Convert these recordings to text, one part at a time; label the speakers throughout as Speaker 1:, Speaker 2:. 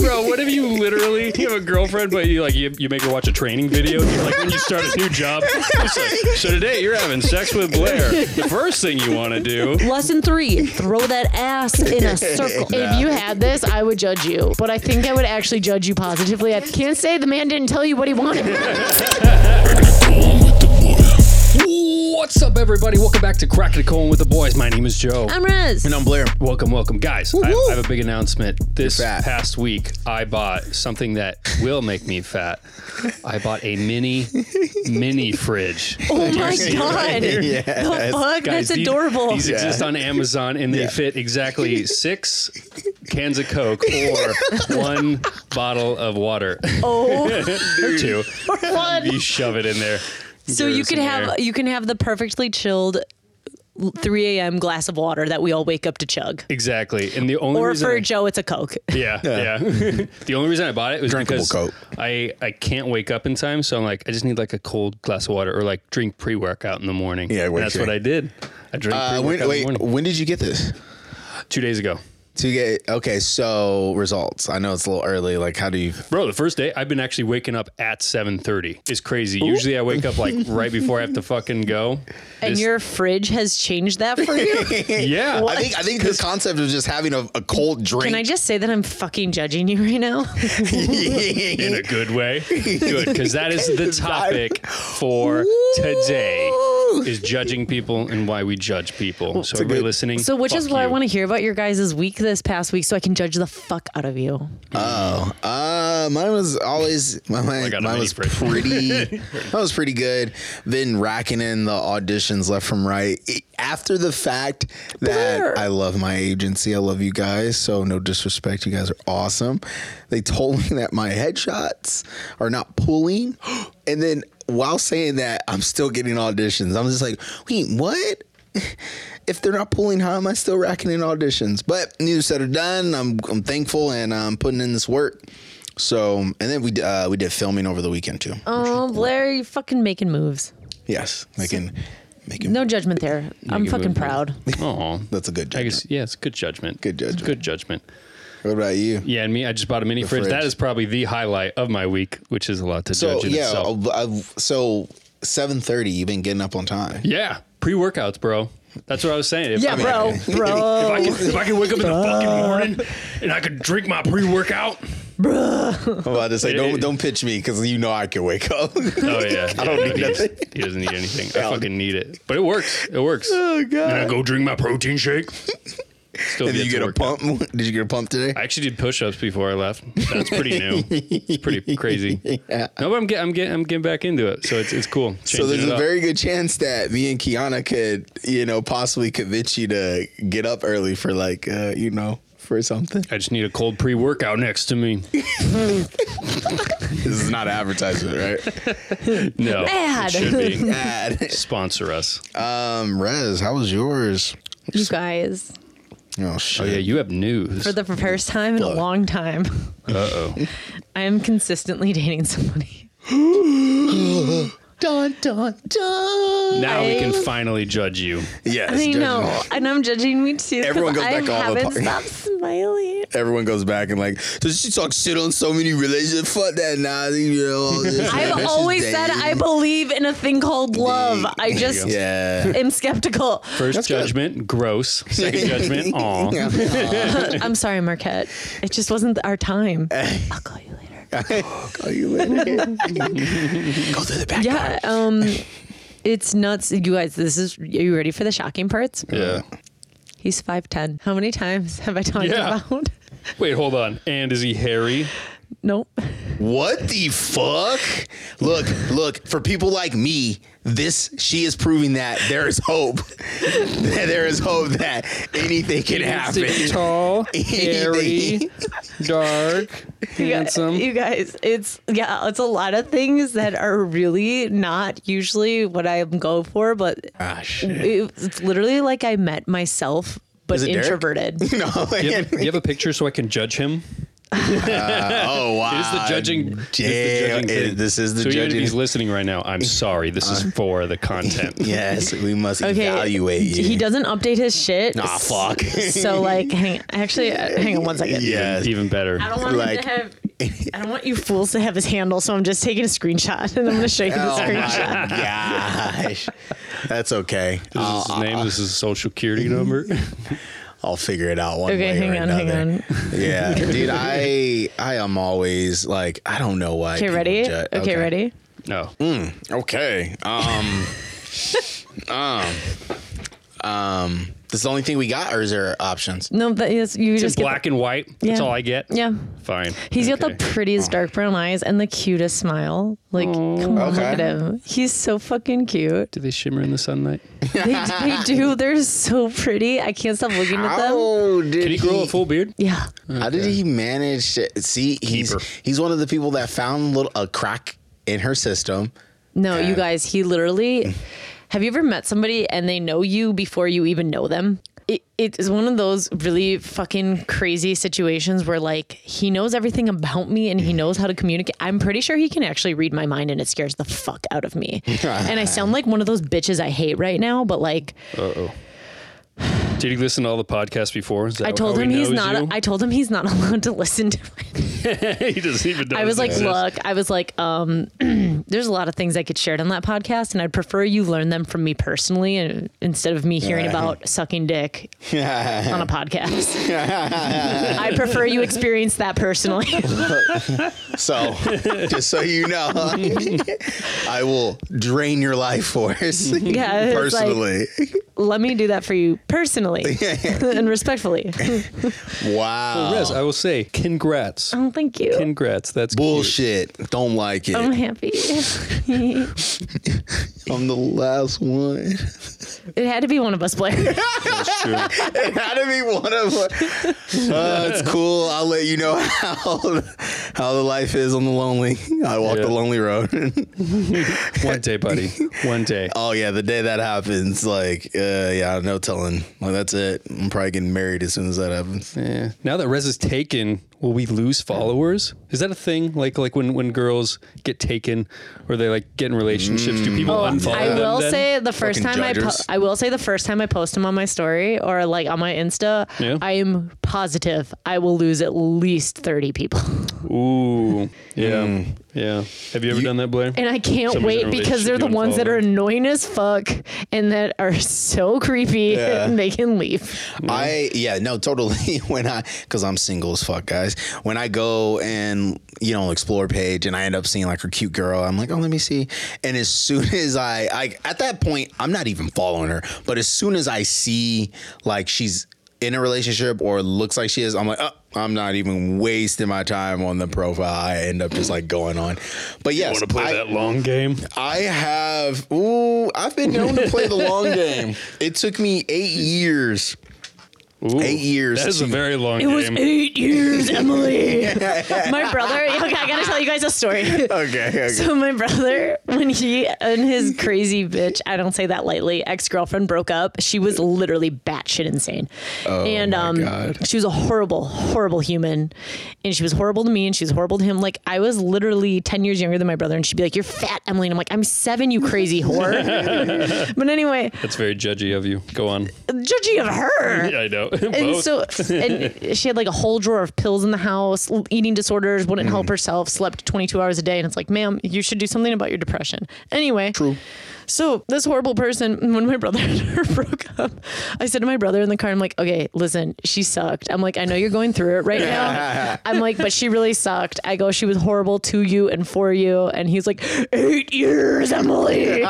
Speaker 1: Bro, what if you literally you have a girlfriend, but you like you, you make her watch a training video? and You're like when you start a new job. it's like, so today you're having sex with Blair. The first thing you want to do.
Speaker 2: Lesson three: throw that ass in a circle.
Speaker 3: If you had this, I would judge you. But I think I would actually judge you positively. I can't say the man didn't tell you what he wanted.
Speaker 1: What's up, everybody? Welcome back to Crack the Cone with the Boys. My name is Joe.
Speaker 2: I'm Rez.
Speaker 4: And I'm Blair.
Speaker 1: Welcome, welcome, guys. I,
Speaker 4: Woo-hoo.
Speaker 1: I have a big announcement. This
Speaker 4: You're fat.
Speaker 1: past week, I bought something that will make me fat. I bought a mini, mini fridge.
Speaker 2: oh my god! The
Speaker 4: Yes.
Speaker 2: fuck?
Speaker 1: Guys,
Speaker 2: That's
Speaker 1: these-
Speaker 2: adorable.
Speaker 1: These
Speaker 4: Yeah.
Speaker 1: exist on Amazon and they fit exactly six cans of Coke or one bottle of water
Speaker 2: oh,
Speaker 1: or two. You shove it in there.
Speaker 2: so
Speaker 1: Give
Speaker 2: you
Speaker 1: it
Speaker 2: can
Speaker 1: some
Speaker 2: have
Speaker 1: air.
Speaker 2: you can have the perfectly chilled 3 a.m. glass of water that we all wake up to chug.
Speaker 1: exactly, and the only
Speaker 2: Or
Speaker 1: reason
Speaker 2: for
Speaker 1: I-
Speaker 2: Joe, it's a Coke.
Speaker 1: Yeah, yeah. the only reason I bought it was
Speaker 4: Drinkable
Speaker 1: because
Speaker 4: Coke.
Speaker 1: I I can't wake up in time, so I'm like I just need like a cold glass of water or like drink pre workout in the morning.
Speaker 4: Yeah,
Speaker 1: And
Speaker 4: what
Speaker 1: that's
Speaker 4: you
Speaker 1: what I
Speaker 4: drink.
Speaker 1: did. I drank
Speaker 4: Uh,
Speaker 1: pre
Speaker 4: when,
Speaker 1: workout in the
Speaker 4: wait,
Speaker 1: morning
Speaker 4: when did you get this?
Speaker 1: two days ago.
Speaker 4: To get okay, so results. I know it's a little early. Like, how do you?
Speaker 1: Bro, the first day I've been actually waking up at 7:30. It's crazy. Usually I wake up like right before I have to fucking go.
Speaker 2: And
Speaker 1: This-
Speaker 2: your fridge has changed that for you.
Speaker 1: yeah.
Speaker 4: I think I think the concept of just having a, a cold drink.
Speaker 2: Can I just say that I'm fucking judging you right now?
Speaker 1: in a good way. Good, because that is the topic for today is judging people and why we judge people. So everybody
Speaker 4: good-
Speaker 1: listening.
Speaker 2: So, which is
Speaker 1: fuck
Speaker 2: what I
Speaker 1: you.
Speaker 2: want to hear about your guys' week this past week, so I can judge the fuck out of you.
Speaker 4: Uh, mine was always my mine,
Speaker 1: got a
Speaker 4: mine
Speaker 1: mini
Speaker 4: was
Speaker 1: fridge.
Speaker 4: pretty. that was pretty good. Been racking in the auditions left from right It- after the fact that
Speaker 2: Blair.
Speaker 4: I love my agency. I love you guys. So no disrespect, you guys are awesome. They told me that my headshots are not pulling, and then while saying that, I'm still getting auditions. I'm just like, wait, what? if they're not pulling, how am I still racking in auditions? But neither said or done. I'm I'm thankful and uh, I'm putting in this work. So and then we uh, we did filming over the weekend too.
Speaker 2: Oh, Blair, you fucking making moves.
Speaker 4: yes, making making
Speaker 2: No judgment there. I'm
Speaker 1: give
Speaker 2: fucking
Speaker 1: it a-
Speaker 2: proud.
Speaker 1: Aw.
Speaker 4: that's a good
Speaker 1: I
Speaker 4: judgment.
Speaker 1: guess yeah, it's good judgment.
Speaker 4: Good
Speaker 1: It's
Speaker 4: judgment.
Speaker 1: Good judgment.
Speaker 4: What about you?
Speaker 1: Yeah, and me, I just bought a mini fridge.
Speaker 4: fridge.
Speaker 1: That is probably the highlight of my week, which is a lot to
Speaker 4: So
Speaker 1: judge in
Speaker 4: yeah,
Speaker 1: itself.
Speaker 4: I've- I've- so seven thirty. You've been getting up on time.
Speaker 1: Yeah, pre workouts, bro. That's what I was saying. If
Speaker 2: Yeah,
Speaker 1: I mean,
Speaker 2: bro, bro,
Speaker 1: If I, could, if I could wake up in the fucking morning and I could drink my pre workout.
Speaker 4: I'm about to say
Speaker 1: Yeah.
Speaker 4: don't don't pitch me because you know I can wake up.
Speaker 1: Oh, yeah.
Speaker 4: I don't
Speaker 1: Yeah,
Speaker 4: need
Speaker 1: he does-
Speaker 4: nothing.
Speaker 1: He doesn't need anything. I fucking need it. But it works. It works. Oh, God. And I go drink my protein shake. Still
Speaker 4: Did you
Speaker 1: gets
Speaker 4: get a
Speaker 1: workout.
Speaker 4: pump? Did you get a pump today?
Speaker 1: I actually did push-ups before I left. That's pretty new. It's pretty crazy.
Speaker 4: Yeah.
Speaker 1: No, but I'm getting, I'm getting, I'm getting back into it. So it's, it's cool.
Speaker 4: So
Speaker 1: Changing
Speaker 4: there's
Speaker 1: it
Speaker 4: a
Speaker 1: up.
Speaker 4: very good chance that me and Kiana could, you know, possibly convince you to get up early for like, uh, you know, for something.
Speaker 1: I just need a cold pre-workout next to me.
Speaker 4: This is not advertisement, right?
Speaker 1: No,
Speaker 2: Ad.
Speaker 1: it should be.
Speaker 4: Ad.
Speaker 1: Sponsor us.
Speaker 4: Um, Rez, how was yours?
Speaker 2: you guys.
Speaker 4: Oh shit!
Speaker 1: Oh yeah, you have news.
Speaker 2: For the first time in a
Speaker 4: Fuck.
Speaker 2: long time,
Speaker 1: Uh oh.
Speaker 2: I am consistently dating somebody.
Speaker 4: Dun dun dun.
Speaker 1: Now we can
Speaker 2: I-
Speaker 1: finally judge you.
Speaker 4: Yes.
Speaker 2: I
Speaker 4: judging.
Speaker 2: know, and I'm judging me too. 'cause
Speaker 4: Everyone goes
Speaker 2: I
Speaker 4: back all the
Speaker 2: haven't
Speaker 4: part-
Speaker 2: stopped smiling.
Speaker 4: Everyone goes back and like, does she talk shit on so many relationships? Fuck that, nah. You know, all this.
Speaker 2: I've
Speaker 4: She's
Speaker 2: always said
Speaker 4: dating.
Speaker 2: I believe in a thing called love. I just
Speaker 4: Yeah.
Speaker 2: am skeptical.
Speaker 1: First judgment, gross. Second judgment, aw.
Speaker 2: I'm sorry, Marquette. It just wasn't our time. I'll call you later.
Speaker 4: Call you later. Go through the back.
Speaker 2: Yeah, um, it's nuts, you guys. This is. Are you ready for the shocking parts?
Speaker 1: Yeah.
Speaker 2: He's five ten. How many times have I talked
Speaker 1: Yeah.
Speaker 2: about?
Speaker 1: Wait, hold on. And is he hairy?
Speaker 2: nope.
Speaker 4: What the fuck? Look, look, for people like me, this she is proving that there is hope. that there is hope that anything can happen.
Speaker 1: Tall,
Speaker 4: hairy,
Speaker 1: dark,
Speaker 2: You guys- You guys, it's yeah, it's a lot of things that are really not usually what I go for, but
Speaker 4: Ah, shit.
Speaker 2: it, it's literally like I met myself, but
Speaker 4: it Derek?
Speaker 2: introverted.
Speaker 4: No,
Speaker 1: You have, you have a picture so I can judge him?
Speaker 4: oh wow!
Speaker 1: It is the judging. it is the
Speaker 4: Damn,
Speaker 1: judging Uh,
Speaker 4: it-
Speaker 1: thing.
Speaker 4: this is the
Speaker 1: so even if
Speaker 4: judging.
Speaker 1: He's listening right now. I'm sorry. This is for the content.
Speaker 4: yes, we must
Speaker 2: Okay.
Speaker 4: evaluate you.
Speaker 2: He doesn't update his shit.
Speaker 4: Nah, fuck.
Speaker 2: so like, hang actually, uh, hang on one second.
Speaker 4: Yes.
Speaker 1: Even better.
Speaker 2: I don't want
Speaker 4: Like-
Speaker 2: him to have. I don't want you fools to have his handle, so I'm just taking a screenshot and I'm going to show you the
Speaker 4: Oh
Speaker 2: screenshot.
Speaker 4: my gosh, that's okay.
Speaker 1: This is
Speaker 4: I'll,
Speaker 1: his name. This is his social security number.
Speaker 4: I'll figure it out one
Speaker 2: Okay,
Speaker 4: way
Speaker 2: hang
Speaker 4: or
Speaker 2: on, hang
Speaker 4: another.
Speaker 2: on.
Speaker 4: Yeah, dude, I I am always like I don't know why.
Speaker 2: Okay,
Speaker 4: people
Speaker 2: ready?
Speaker 4: ju-
Speaker 2: Okay, ready?
Speaker 1: No.
Speaker 4: Okay. Um. um. Um. This is the only thing we got, or is there options?
Speaker 2: No, that is you
Speaker 1: It's
Speaker 2: just
Speaker 1: in
Speaker 2: get
Speaker 1: black and white. That's
Speaker 2: Yeah.
Speaker 1: all I get.
Speaker 2: Yeah.
Speaker 1: Fine.
Speaker 2: He's got
Speaker 1: Okay.
Speaker 2: the prettiest dark brown eyes and the cutest smile. Like, come on,
Speaker 4: Okay.
Speaker 2: look at him. He's so fucking cute.
Speaker 1: Do they shimmer in the sunlight?
Speaker 2: They, they do. They're so pretty. I can't stop looking at them.
Speaker 4: How did
Speaker 1: Can he grow a full beard?
Speaker 2: Yeah.
Speaker 4: How did he manage? To, see, he's
Speaker 1: Keeper.
Speaker 4: he's one of the people that found little a crack in her system.
Speaker 2: No, you guys, he literally. Have you ever met somebody and they know you before you even know them? It, it is one of those really fucking crazy situations where, like, he knows everything about me and he knows how to communicate. I'm pretty sure he can actually read my mind and it scares the fuck out of me. and I sound like one of those bitches I hate right now, but like,
Speaker 1: Did he listen to all the podcasts before? Is that
Speaker 2: I told
Speaker 1: how
Speaker 2: him
Speaker 1: he
Speaker 2: he's
Speaker 1: knows
Speaker 2: not.
Speaker 1: you?
Speaker 2: I told him he's not allowed to listen to.
Speaker 1: he doesn't even. Know
Speaker 2: I was
Speaker 1: this
Speaker 2: like,
Speaker 1: exists.
Speaker 2: look, I was like, um, there's a lot of things I could shared on that podcast, and I'd prefer you learn them from me personally, and instead of me hearing about sucking dick on a podcast. I prefer you experience that personally.
Speaker 4: So, just so you know, I will drain your life force
Speaker 2: yeah, it's
Speaker 4: personally.
Speaker 2: Like, let me do that for you personally and respectfully.
Speaker 4: wow,
Speaker 1: Yes, I will say, congrats.
Speaker 2: Oh, thank you.
Speaker 1: Congrats. That's cute.
Speaker 4: bullshit. Don't like it.
Speaker 2: I'm happy. it
Speaker 4: I'm the last one.
Speaker 2: had to be one of us, Blair.
Speaker 1: That's true.
Speaker 4: it had to be one of. Uh, it's cool. I'll let you know how how the life is on the lonely. I walk
Speaker 1: Yeah.
Speaker 4: the lonely road.
Speaker 1: One day, buddy. One day.
Speaker 4: oh yeah, the day that happens, like uh, yeah, no telling. Like that's it. I'm probably getting married as soon as that happens.
Speaker 1: Yeah. Now that Rez is taken, will we lose followers? Is that a thing? Like like when, when girls get taken or they like get in relationships, do people unfollow
Speaker 2: Oh, I
Speaker 1: them?
Speaker 2: will
Speaker 1: then?
Speaker 2: say the first
Speaker 4: Fucking
Speaker 2: time I po-
Speaker 4: judgers.
Speaker 2: I will say the first time I post him on my story or like on my Insta,
Speaker 1: Yeah.
Speaker 2: I am positive I will lose at least thirty people,
Speaker 1: Ooh. Yeah. Yeah. Have Mm. you ever done that, Blair?
Speaker 2: and I can't
Speaker 1: Somebody's in a
Speaker 2: wait because
Speaker 1: relationship,
Speaker 2: they're the
Speaker 1: you
Speaker 2: ones that are
Speaker 1: unfollow them.
Speaker 2: annoying as fuck and that are so creepy
Speaker 4: Yeah.
Speaker 2: and they can leave.
Speaker 4: I yeah no totally when I because I'm single as fuck guys when I go and you know explore page and I end up seeing like a cute girl I'm like oh let me see and as soon as I I at that point I'm not even following her but as soon as I see like she's in a relationship or looks like she is I'm like oh I'm not even wasting my time on the profile I end up just like going on but yes
Speaker 1: want to play
Speaker 4: I,
Speaker 1: that long game?
Speaker 4: I have. Ooh, I've been known to play the long game. It took me eight years. eight years.
Speaker 1: That is a
Speaker 4: to-
Speaker 1: very long
Speaker 2: It
Speaker 1: game.
Speaker 2: was eight years, Emily. my brother. Okay, I gotta tell you guys a story.
Speaker 4: okay. okay.
Speaker 2: So my brother, when he and his crazy bitch, I don't say that lightly, ex girlfriend broke up. She was literally batshit insane, and um,
Speaker 4: God.
Speaker 2: she was a horrible, horrible human, and she was horrible to me, and she was horrible to him. Like I was literally ten years younger than my brother, and she'd be like, "You're fat, Emily," and I'm like, "I'm seven, you crazy whore." but anyway,
Speaker 1: That's very judgy of you. Go on.
Speaker 2: judgy of her.
Speaker 1: I know.
Speaker 2: And
Speaker 1: Both.
Speaker 2: so, and she had like a whole drawer of pills in the house, l- eating disorders, wouldn't help herself, slept 22 hours a day. And it's like, ma'am, you should do something about your depression. Anyway. True. So, this horrible person, when my brother and her broke up, I said to my brother in the car, I'm like, okay, listen, she sucked. I'm like, I know you're going through it right now. I'm like, but she really sucked. I go, she was horrible to you and for you. And he's like, eight years, Emily.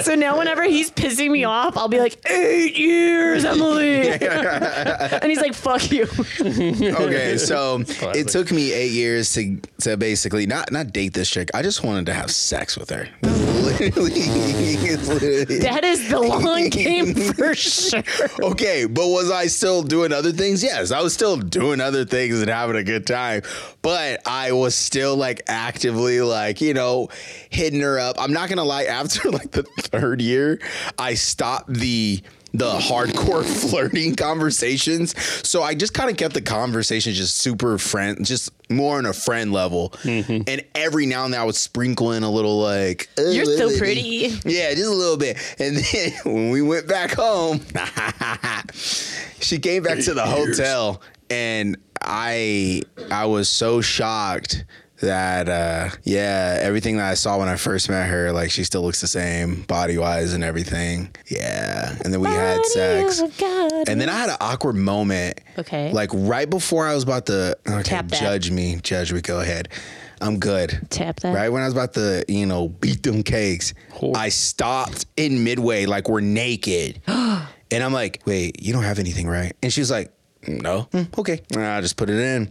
Speaker 2: so now, whenever he's pissing me off, I'll be like, eight years, Emily. And he's like, fuck you.
Speaker 4: okay, so it took me eight years to to basically not not date this chick. I just wanted to have sex with her. literally, it's literally-
Speaker 2: That is the long game for sure.
Speaker 4: Okay, but was I still doing other things? Yes, I was still doing other things and having a good time, but I was still like actively like, you know, hitting her up. I'm not going to lie, after like the third year, I stopped the the hardcore flirting conversations. So I just kind of kept the conversation just super friend, just more on a friend level. And every now and then I would sprinkle in a little like, "Uh,
Speaker 2: You're so
Speaker 4: lady."
Speaker 2: pretty.
Speaker 4: Yeah, just a little bit. And then when we went back home, she came back to the hotel and I I was so shocked that uh yeah, everything that I saw when I first met her, like she still looks the same body wise and everything. Yeah. And then we had sex. And then I had an awkward moment.
Speaker 3: Okay.
Speaker 4: Like right before I was about to okay,
Speaker 3: Tap that.
Speaker 4: judge me, judge me, go ahead. I'm good.
Speaker 3: Tap that.
Speaker 4: Right when I was about to, you know, beat them cakes, I stopped in midway, like we're naked. and I'm like, wait, you don't have anything, right? And she was like, no. "Hmm, okay. And I just put it in.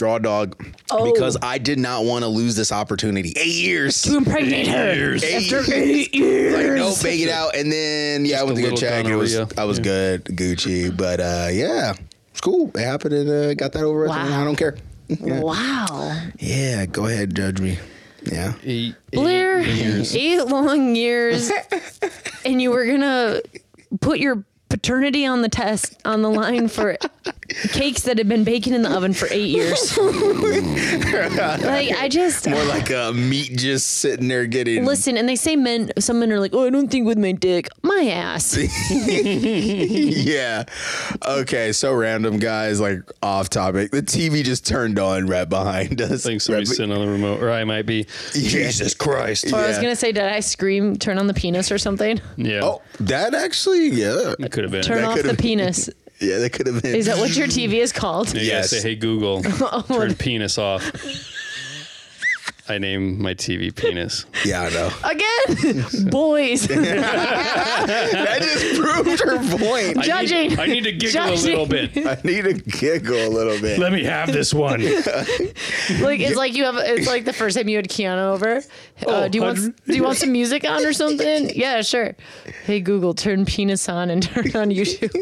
Speaker 4: Raw dog. Because I did not want to lose this opportunity. Eight years.
Speaker 3: You impregnate her.
Speaker 4: Eight
Speaker 3: After eight years.
Speaker 4: like no bake it out and then yeah i went
Speaker 1: a
Speaker 4: to go
Speaker 1: little
Speaker 4: check and it was
Speaker 1: gonorrhea.
Speaker 4: i was good gucci but uh yeah it's cool it happened and uh, got that over with and
Speaker 3: Wow.
Speaker 4: i don't care
Speaker 3: Wow.
Speaker 4: yeah go ahead judge me yeah
Speaker 1: Eight,
Speaker 2: Blair, eight long years, and you were gonna put your paternity on the test on the line for cakes that had been baking in the oven for eight years. like I just
Speaker 4: more like a meat just sitting there getting
Speaker 2: listen, and they say men. Some men are like, "Oh, I don't think with my dick, my ass."
Speaker 4: yeah okay so random guys like off topic the tv just turned on right behind us
Speaker 1: I think
Speaker 4: right
Speaker 1: somebody's sitting on the remote, or I might be. Jesus Christ!
Speaker 2: Or I was
Speaker 4: Yeah.
Speaker 2: gonna say, did I scream, turn on the penis or something?
Speaker 1: Yeah,
Speaker 4: oh that actually yeah
Speaker 1: it could have been.
Speaker 2: Turn
Speaker 4: That
Speaker 2: off
Speaker 4: could've
Speaker 2: the
Speaker 4: been-
Speaker 2: penis.
Speaker 4: yeah that could have been
Speaker 2: Is that what your TV is called?
Speaker 1: You
Speaker 4: Yes. Oh,
Speaker 1: gotta say, hey Google, turn penis off. I name my TV penis.
Speaker 4: yeah i know
Speaker 2: Again, boys.
Speaker 4: that just proved her point
Speaker 1: I need-
Speaker 2: Judging.
Speaker 1: I need, to giggle a little bit.
Speaker 4: i need to giggle a little bit
Speaker 1: Let me have this one.
Speaker 2: Like it's like you have it's like the first time you had Keanu over.
Speaker 1: Oh,
Speaker 2: Uh, do you want
Speaker 1: hundred-
Speaker 2: do you want some music on or something? Yeah, sure. Hey Google, turn penis on and turn on YouTube.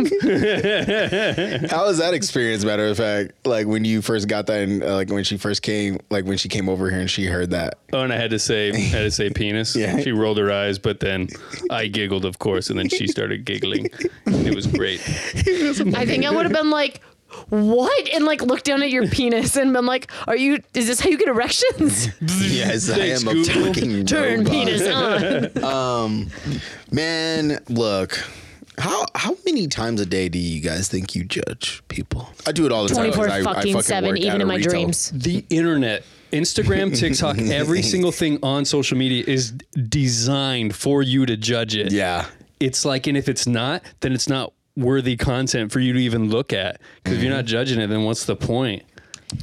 Speaker 4: How was that experience? Matter of fact, like when you first got that, and uh, like when she first came, like when she came over here and she heard that.
Speaker 1: Oh, and I had to say, I had to say penis.
Speaker 4: Yeah.
Speaker 1: She rolled her eyes, but then I giggled, of course, and then she started giggling. And it was great.
Speaker 2: I think I would have been like, what? And like looked down at your penis and been like, are you? Is this how you get erections?
Speaker 4: Yes,
Speaker 1: Thanks,
Speaker 4: I am
Speaker 1: Google.
Speaker 4: a fucking
Speaker 2: turn
Speaker 4: robot.
Speaker 2: penis on.
Speaker 4: Um, Man, look. How how many times a day do you guys think you judge people? I do it all the
Speaker 2: Twenty
Speaker 4: time. 'cause
Speaker 2: four
Speaker 4: I- I
Speaker 2: fucking seven,
Speaker 4: work at
Speaker 2: even
Speaker 4: a
Speaker 2: in my
Speaker 4: retail-
Speaker 2: dreams.
Speaker 1: The internet, Instagram, TikTok, every single thing on social media is designed for you to judge it.
Speaker 4: Yeah.
Speaker 1: It's like, and if it's not, then it's not worthy content for you to even look at. Because if you're
Speaker 4: Mm-hmm.
Speaker 1: not judging it, then what's the point?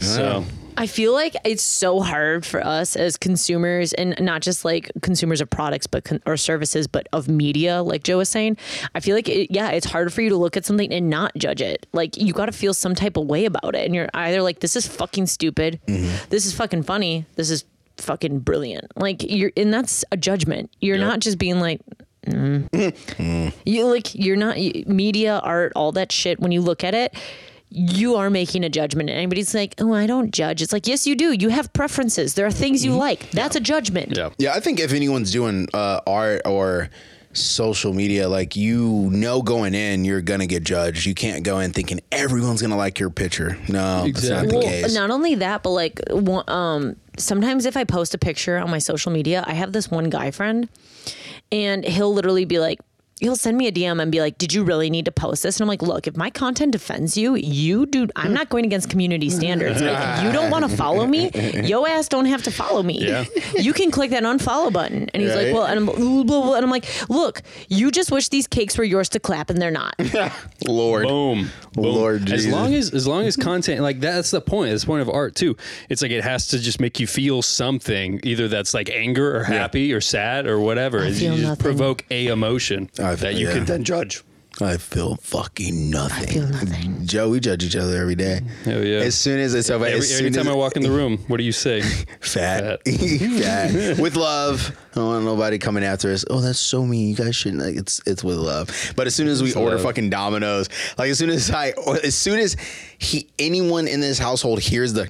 Speaker 1: So
Speaker 2: I feel like it's so hard for us as consumers, and not just like consumers of products, but con- or services, but of media. Like Joe was saying, I feel like it, yeah, it's hard for you to look at something and not judge it. Like you got to feel some type of way about it, and you're either like, "This is fucking stupid," "This is fucking funny," "This is fucking brilliant." Like you're, and that's a judgment. You're not just being like, you like you're not you- media art all that shit when you look at it you are making a judgment and anybody's like oh i don't judge it's like yes you do you have preferences there are things you like that's a judgment
Speaker 1: yeah.
Speaker 4: Yeah, I think if anyone's doing uh, art or social media, like you know, going in, you're gonna get judged. You can't go in thinking everyone's gonna like your picture. No, that's not
Speaker 1: Exactly.
Speaker 4: the
Speaker 1: Well,
Speaker 4: case.
Speaker 2: Not only that, but like, one- um, sometimes if I post a picture on my social media, I have this one guy friend, and he'll literally be like, he'll send me a DM and be like, "Did you really need to post this?" And I'm like, "Look, if my content offends you, you do. I'm not going against community standards. Like, if you don't want to follow me, yo ass don't have to follow me.
Speaker 1: Yeah.
Speaker 2: You can click that unfollow button." And he's
Speaker 4: Right.
Speaker 2: like, "Well," and I'm, blah, blah, blah. and I'm like, "Look, you just wish these cakes were yours to clap, and they're not."
Speaker 4: Lord,
Speaker 1: Boom. Boom.
Speaker 4: Lord
Speaker 1: as
Speaker 4: Jesus.
Speaker 1: long as as long as content like that's the point. That's the point of art too. It's like it has to just make you feel something, either that's like anger or happy or sad or whatever. It's-
Speaker 2: feel
Speaker 1: you just
Speaker 2: nothing.
Speaker 1: provoke a emotion
Speaker 4: I feel-
Speaker 1: that you
Speaker 4: yeah.
Speaker 1: can then judge.
Speaker 4: I feel fucking nothing. Joe, we judge each other every day.
Speaker 1: Hell yeah.
Speaker 4: As soon as it's over,
Speaker 1: Every,
Speaker 4: as
Speaker 1: every
Speaker 4: soon
Speaker 1: time
Speaker 4: as
Speaker 1: I walk in the room, what do you say?
Speaker 4: fat, fat, with love. I don't want nobody coming after us. Oh, that's so mean. You guys shouldn't. Like, it's it's with love. But as soon as we order
Speaker 1: love.
Speaker 4: fucking Dominoes, like as soon as I, or as soon as he, anyone in this household hears the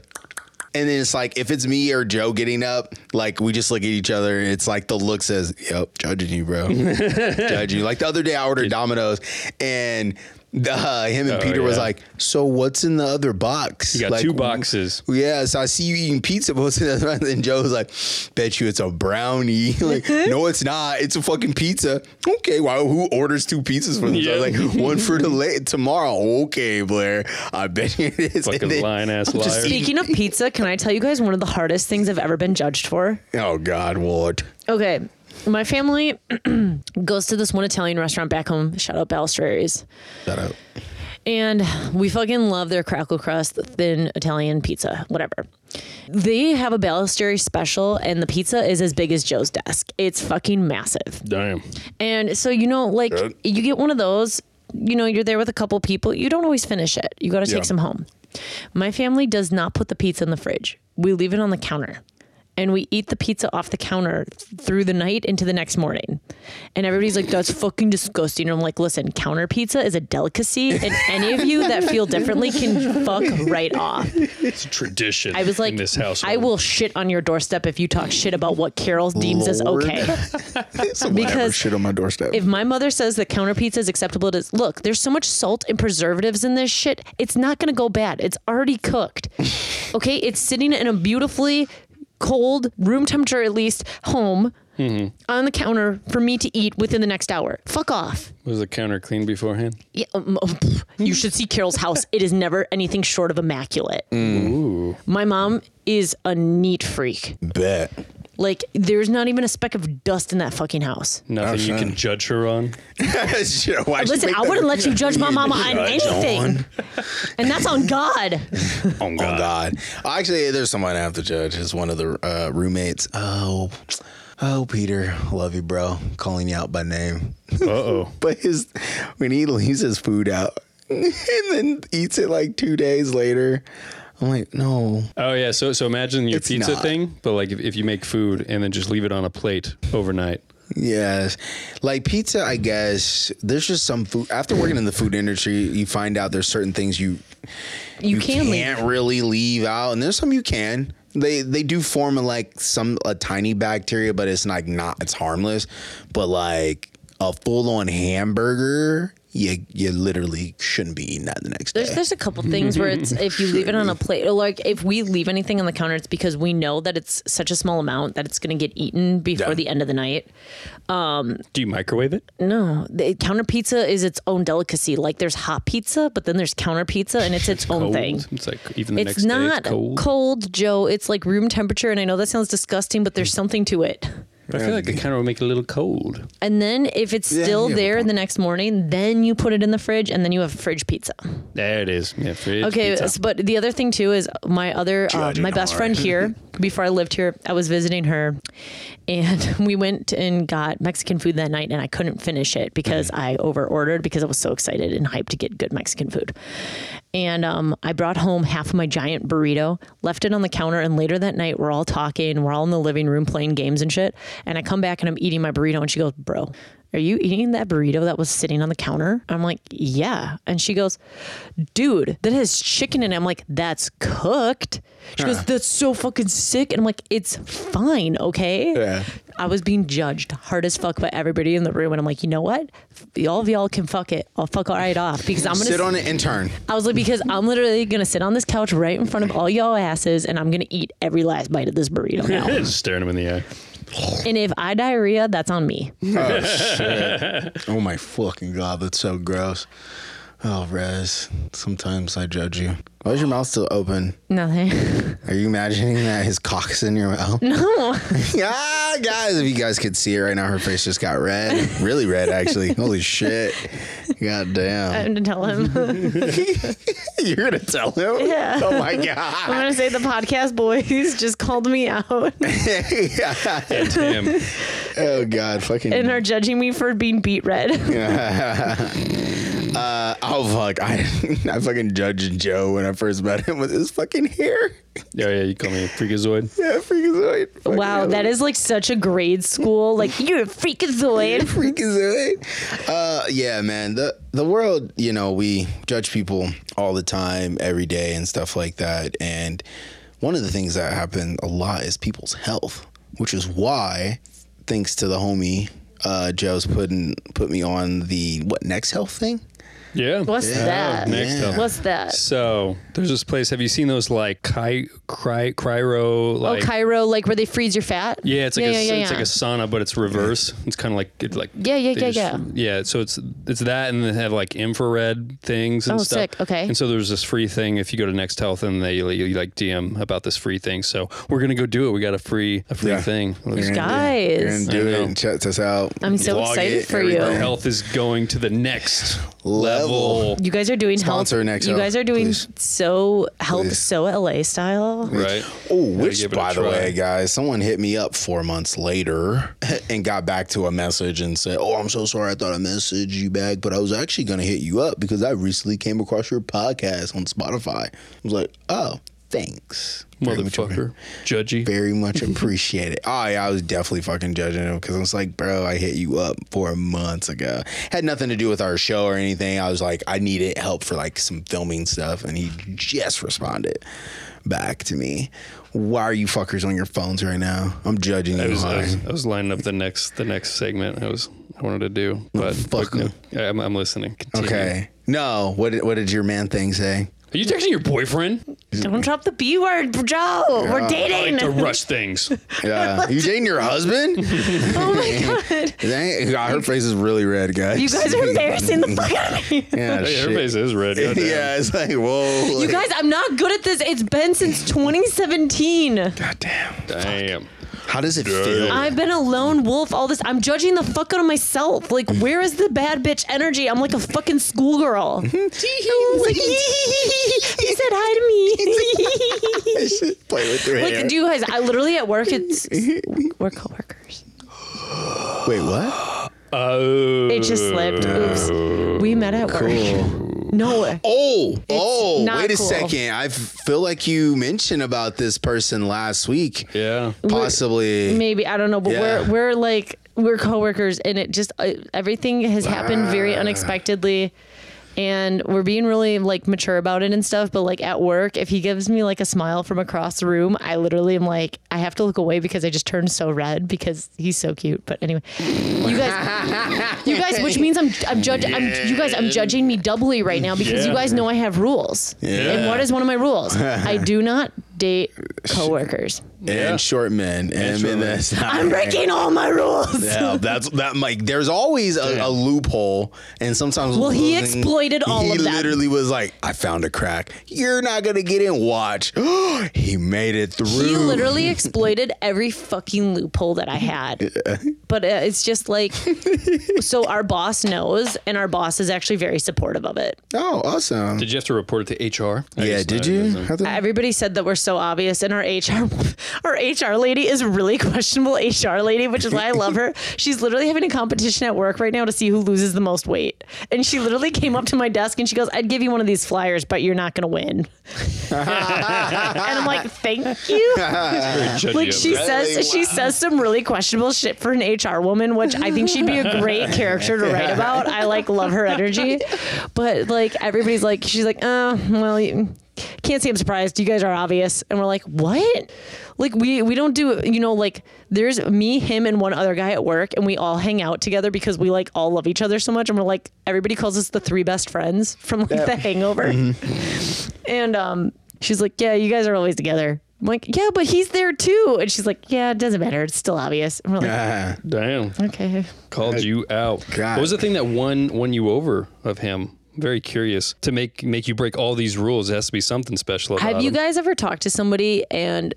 Speaker 4: And then it's like if it's me or Joe getting up, like we just look at each other. It's like the look says, "Yep, judging you, bro, judging you." Like the other day, I ordered Domino's, and the, uh, him and
Speaker 1: Oh,
Speaker 4: Peter was
Speaker 1: yeah.
Speaker 4: like, "So what's in the other box?"
Speaker 1: You got
Speaker 4: Like,
Speaker 1: two boxes.
Speaker 4: Yeah, so I see you eating pizza, but what's in the other box? And Joe was like, "Bet you it's a brownie." like, no, it's not. It's a fucking pizza. Okay, well, who orders two pizzas for themselves?
Speaker 1: Yeah.
Speaker 4: Like one for the late tomorrow. Okay, Blair, I bet you it is.
Speaker 1: Fucking
Speaker 4: And then-
Speaker 1: lying ass
Speaker 4: I'm just
Speaker 1: liar.
Speaker 4: eating-
Speaker 2: Speaking of pizza, can I tell you guys one of the hardest things I've ever been judged for?
Speaker 4: Oh God, what?
Speaker 2: Okay. My family goes to this one Italian restaurant back home. Shout out Balestrieri's.
Speaker 4: Shut up.
Speaker 2: And we fucking love their crackle crust, thin Italian pizza, whatever. They have a Balestrieri special, and the pizza is as big as Joe's desk. It's fucking massive.
Speaker 1: Damn.
Speaker 2: And so, you know, like
Speaker 4: Good.
Speaker 2: you get one of those, you know, you're there with a couple people, you don't always finish it. You got to
Speaker 4: Yeah.
Speaker 2: take some home. My family does not put the pizza in the fridge, we leave it on the counter. And we eat the pizza off the counter through the night into the next morning. And everybody's like, that's fucking disgusting. And I'm like, listen, counter pizza is a delicacy. And any of you that feel differently can fuck right off.
Speaker 1: It's a tradition.
Speaker 2: I was like,
Speaker 1: in this house,
Speaker 2: I will shit on your doorstep if you talk shit about what Carol deems as
Speaker 4: Lord.
Speaker 2: okay.
Speaker 4: Never
Speaker 2: Because
Speaker 4: shit on my doorstep.
Speaker 2: if my mother says that counter pizza is acceptable to look, there's so much salt and preservatives in this shit. It's not gonna go bad. It's already cooked. okay, it's sitting in a beautifully cold room temperature at least home on the counter for me to eat within the next hour. Fuck off.
Speaker 1: Was the counter clean beforehand?
Speaker 2: Yeah, um, oh, pff, you should see Carol's house. It is never anything short of immaculate. My mom is a neat freak.
Speaker 4: Bet.
Speaker 2: Like there's not even a speck of dust in that fucking house.
Speaker 1: Nothing
Speaker 4: Oh,
Speaker 1: you can judge her on.
Speaker 4: Shit, why'd you
Speaker 2: Listen,
Speaker 4: make
Speaker 2: I
Speaker 4: that-
Speaker 2: wouldn't let you judge my mama on
Speaker 4: Judge
Speaker 2: anything. And that's on God.
Speaker 4: Oh God. Actually, there's someone I have to judge. It's one of the uh, roommates. Oh, oh, Peter, love you, bro. Calling you out by name.
Speaker 1: Uh oh.
Speaker 4: But his when he leaves his food out and then eats it like two days later, I'm like, no.
Speaker 1: Oh yeah. So so imagine your
Speaker 4: It's
Speaker 1: pizza
Speaker 4: not.
Speaker 1: thing, but like if, if you make food and then just leave it on a plate overnight.
Speaker 4: Yes. Like pizza, I guess, there's just some food. After working in the food industry, you find out there's certain things you
Speaker 2: You,
Speaker 4: you
Speaker 2: can leave.
Speaker 4: can't really leave out, and there's some you can. They they do form like some a tiny bacteria, but it's like not it's harmless. But like a full on hamburger, you you literally shouldn't be eating that the next
Speaker 2: There's
Speaker 4: day.
Speaker 2: there's a couple things where it's if you leave it on a plate or like if we leave anything on the counter, it's because we know that it's such a small amount that it's gonna get eaten before
Speaker 4: Yeah.
Speaker 2: the end of the night.
Speaker 1: Do you microwave it?
Speaker 2: No, the counter pizza is its own delicacy. Like there's hot pizza, but then there's counter pizza, and it's its own
Speaker 1: Cold.
Speaker 2: thing.
Speaker 1: It's like even the next
Speaker 2: It's
Speaker 1: day.
Speaker 2: not
Speaker 1: It's cold.
Speaker 2: Joe. It's like room temperature, and I know that sounds disgusting, but there's something to it.
Speaker 1: I feel like the counter will make it a little cold.
Speaker 2: And then if it's
Speaker 4: Yeah,
Speaker 2: still
Speaker 4: you have a
Speaker 2: there the next morning, then you put it in the fridge and then you have fridge pizza.
Speaker 1: There it is. Yeah, fridge
Speaker 2: Okay,
Speaker 1: pizza.
Speaker 2: s- but the other thing too is my other uh,
Speaker 4: Judging
Speaker 2: my best friend
Speaker 4: hard.
Speaker 2: here before I lived here, I was visiting her and we went and got Mexican food that night and I couldn't finish it because
Speaker 4: Mm-hmm.
Speaker 2: I overordered because I was so excited and hyped to get good Mexican food. And um, I brought home half of my giant burrito, left it on the counter, and later that night we're all talking, we're all in the living room playing games and shit. And I come back and I'm eating my burrito, and she goes, "Bro, are you eating that burrito that was sitting on the counter?" I'm like, "Yeah," and she goes, "Dude, that has chicken in it." I'm like, "That's cooked." She goes, "That's so fucking sick," and I'm like, "It's fine, okay."
Speaker 4: Yeah.
Speaker 2: I was being judged hard as fuck by everybody in the room, and I'm like, "You know what? All of y'all can fuck it. I'll fuck all right off because I'm gonna
Speaker 4: Sit on it and turn.
Speaker 2: I was like, because I'm literally gonna sit on this couch right in front of all y'all asses, and I'm gonna eat every last bite of this burrito now.
Speaker 1: Just staring him in the eye.
Speaker 2: and if I diarrhea, that's on me.
Speaker 4: Oh shit! oh my fucking god, that's so gross. Oh, Rez, sometimes I judge you. Why is your mouth still open?
Speaker 2: Nothing.
Speaker 4: Are you imagining that his cock's in your mouth?
Speaker 2: No.
Speaker 4: ah, guys, if you guys could see it right now, her face just got red. Really red, actually. Holy shit. God damn.
Speaker 2: I'm gonna tell him. I'm
Speaker 4: You're going to tell him?
Speaker 2: Yeah.
Speaker 4: Oh, my God.
Speaker 2: gonna say the podcast boys just called me out
Speaker 1: And him.
Speaker 4: Oh, God. Fucking.
Speaker 2: and are judging me for being beat red.
Speaker 4: oh, fuck. I, I fucking judged Joe when I first met him with his fucking hair.
Speaker 1: Oh yeah, you call me a freakazoid.
Speaker 4: Yeah, freakazoid. Fucking
Speaker 2: wow, that is like such a grade school. Like you're a freakazoid.
Speaker 4: freakazoid. Uh, yeah, man. The the world, you know, we judge people all the time, every day, and stuff like that. And One of the things that happen a lot is people's health, which is why, thanks to the homie, uh, Joe's putting put me on the what next health thing.
Speaker 1: Yeah.
Speaker 3: What's
Speaker 1: Yeah.
Speaker 3: that?
Speaker 1: Next
Speaker 4: Yeah.
Speaker 1: up.
Speaker 3: What's that?
Speaker 1: So there's this place. Have you seen those like chi, cry, cryo?
Speaker 2: Oh,
Speaker 1: Like,
Speaker 2: Cairo, like where they freeze your fat?
Speaker 1: Yeah, it's like
Speaker 2: yeah,
Speaker 1: a,
Speaker 2: yeah, yeah,
Speaker 1: it's like a sauna, but it's reverse. It's kind of like it's like
Speaker 2: Yeah, yeah,
Speaker 1: they
Speaker 2: yeah,
Speaker 1: yeah. So it's it's that, and they have like infrared things and
Speaker 2: Oh,
Speaker 1: stuff.
Speaker 2: sick. Okay.
Speaker 1: And so there's this free thing if you go to Next Health and they you, like DM about this free thing. So we're gonna go do it. We got a free a free
Speaker 4: Yeah.
Speaker 1: thing.
Speaker 4: You're gonna do-
Speaker 2: Guys.
Speaker 4: you're gonna
Speaker 1: I
Speaker 4: do it
Speaker 1: know.
Speaker 4: and check us out.
Speaker 2: I'm so
Speaker 1: Vlog
Speaker 2: excited
Speaker 1: it,
Speaker 2: for
Speaker 1: Our
Speaker 2: you.
Speaker 1: health is going to the next
Speaker 4: Level.
Speaker 1: level.
Speaker 2: You guys are doing
Speaker 4: Sponsor
Speaker 2: health.
Speaker 4: next
Speaker 2: you
Speaker 4: up,
Speaker 2: guys are doing
Speaker 4: please.
Speaker 2: so health,
Speaker 4: Please.
Speaker 2: so LA style.
Speaker 1: Right.
Speaker 4: Oh,
Speaker 1: Gotta
Speaker 4: which
Speaker 1: give it a
Speaker 4: by the
Speaker 1: try.
Speaker 4: way, guys, someone hit me up four months later and got back to a message and said, "Oh, I'm so sorry, I thought I messaged you back, but I was actually gonna hit you up because I recently came across your podcast on Spotify." I was like, "Oh, thanks, Very much
Speaker 1: motherfucker, judgy.
Speaker 4: very much appreciate it. Oh yeah, I was definitely fucking judging him because I was like, bro, I hit you up four months ago. Had nothing to do with our show or anything. I was like, I needed help for like some filming stuff, and he just responded back to me. Why are you fuckers on your phones right now? I'm judging
Speaker 1: I
Speaker 4: you.
Speaker 1: was, I
Speaker 4: hard.
Speaker 1: was I was lining up the next the next segment. I was I wanted to do, but
Speaker 4: fuck
Speaker 1: but no.
Speaker 4: him.
Speaker 1: Yeah, I'm, I'm listening. Continue.
Speaker 4: okay. No. What did, what did your man thing say?
Speaker 1: Are you texting your boyfriend?
Speaker 2: Don't drop the B word, Joe. We're
Speaker 1: I
Speaker 2: dating.
Speaker 1: like to rush things.
Speaker 4: Yeah. Uh, you dating your husband?
Speaker 2: oh my god,
Speaker 4: Dang, God, her face is really red, guys.
Speaker 2: you guys are embarrassing the fuck out of me.
Speaker 4: Yeah.
Speaker 1: Hey, her
Speaker 4: shit.
Speaker 1: face is red. goddamn.
Speaker 4: Yeah. It's like whoa.
Speaker 2: You guys, I'm not good at this. It's been since 2017.
Speaker 4: God damn.
Speaker 1: Damn.
Speaker 4: How does it feel?
Speaker 2: I've been a lone wolf all this. I'm judging the fuck out of myself. Like, where is the bad bitch energy? I'm like a fucking schoolgirl. he said hi to me.
Speaker 4: Play with your hair.
Speaker 2: Like, do you guys? I literally at work. It's we're coworkers.
Speaker 4: Wait, what?
Speaker 1: Oh.
Speaker 2: It just slipped. Oops. We met at work. No.
Speaker 4: Oh, oh,
Speaker 2: not
Speaker 4: wait a
Speaker 2: cool.
Speaker 4: second. I feel like you mentioned about this person last week.
Speaker 1: Yeah.
Speaker 4: Possibly.
Speaker 2: Maybe I don't know, but
Speaker 4: Yeah.
Speaker 2: we're we're like we're coworkers, and it just uh, everything has happened very unexpectedly, and we're being really like mature about it and stuff. But like at work, if he gives me like a smile from across the room, I literally am like I have to look away because I just turned so red because he's so cute. But anyway, you guys, you guys, which means I'm I'm judging. I'm, you guys, I'm judging me doubly right now because
Speaker 1: Yeah.
Speaker 2: you guys know I have rules, and what is one of my rules? I do not date coworkers.
Speaker 4: and short men. And,
Speaker 1: short men.
Speaker 4: men that's not
Speaker 2: I'm breaking all my rules.
Speaker 4: Yeah, that's that. Mike, there's always a, a loophole, and sometimes.
Speaker 2: Well, he exploited all
Speaker 4: he
Speaker 2: of that.
Speaker 4: He literally was like, "I found a crack. You're not gonna get in. Watch." he made it through.
Speaker 2: He literally exploited every fucking loophole that I had. But uh, it's just like, so our boss knows, and our boss is actually very supportive of it.
Speaker 4: Oh, awesome.
Speaker 1: Did you have to report it to HR? I
Speaker 4: yeah,
Speaker 1: guess
Speaker 4: did
Speaker 1: not.
Speaker 4: you?
Speaker 1: Doesn't-
Speaker 4: How the-
Speaker 2: Everybody said that we're so obvious, and our HR, our HR lady is a really questionable. HR lady, which is why I love her. She's literally having a competition at work right now to see who loses the most weight. And she literally came up to my desk and she goes, "I'd give you one of these flyers, but you're not going to win." and I'm like, "Thank you."
Speaker 1: Judgy
Speaker 2: Like
Speaker 1: of
Speaker 2: she
Speaker 1: that.
Speaker 2: says, she says some really questionable shit for an HR woman, which I think she'd be a great character to write about. I like love her energy, but like everybody's like, she's like, uh, well, you can't say I'm surprised. You guys are obvious, and we're like, what? Like we we don't do you know like there's me, him, and one other guy at work, and we all hang out together because we like all love each other so much, and we're like everybody calls us the three best friends from like The Hangover, and um, she's like, yeah, you guys are always together. I'm like, yeah, but he's there too. And she's like, yeah, it doesn't matter. It's still obvious. And we're like,
Speaker 4: Ah,
Speaker 1: Damn.
Speaker 2: okay.
Speaker 1: Called you out.
Speaker 4: God.
Speaker 1: What was the thing that won won you over of him? I'm very curious to make make you break all these rules. It has to be something special about
Speaker 2: Have you
Speaker 1: him.
Speaker 2: guys ever talked to somebody and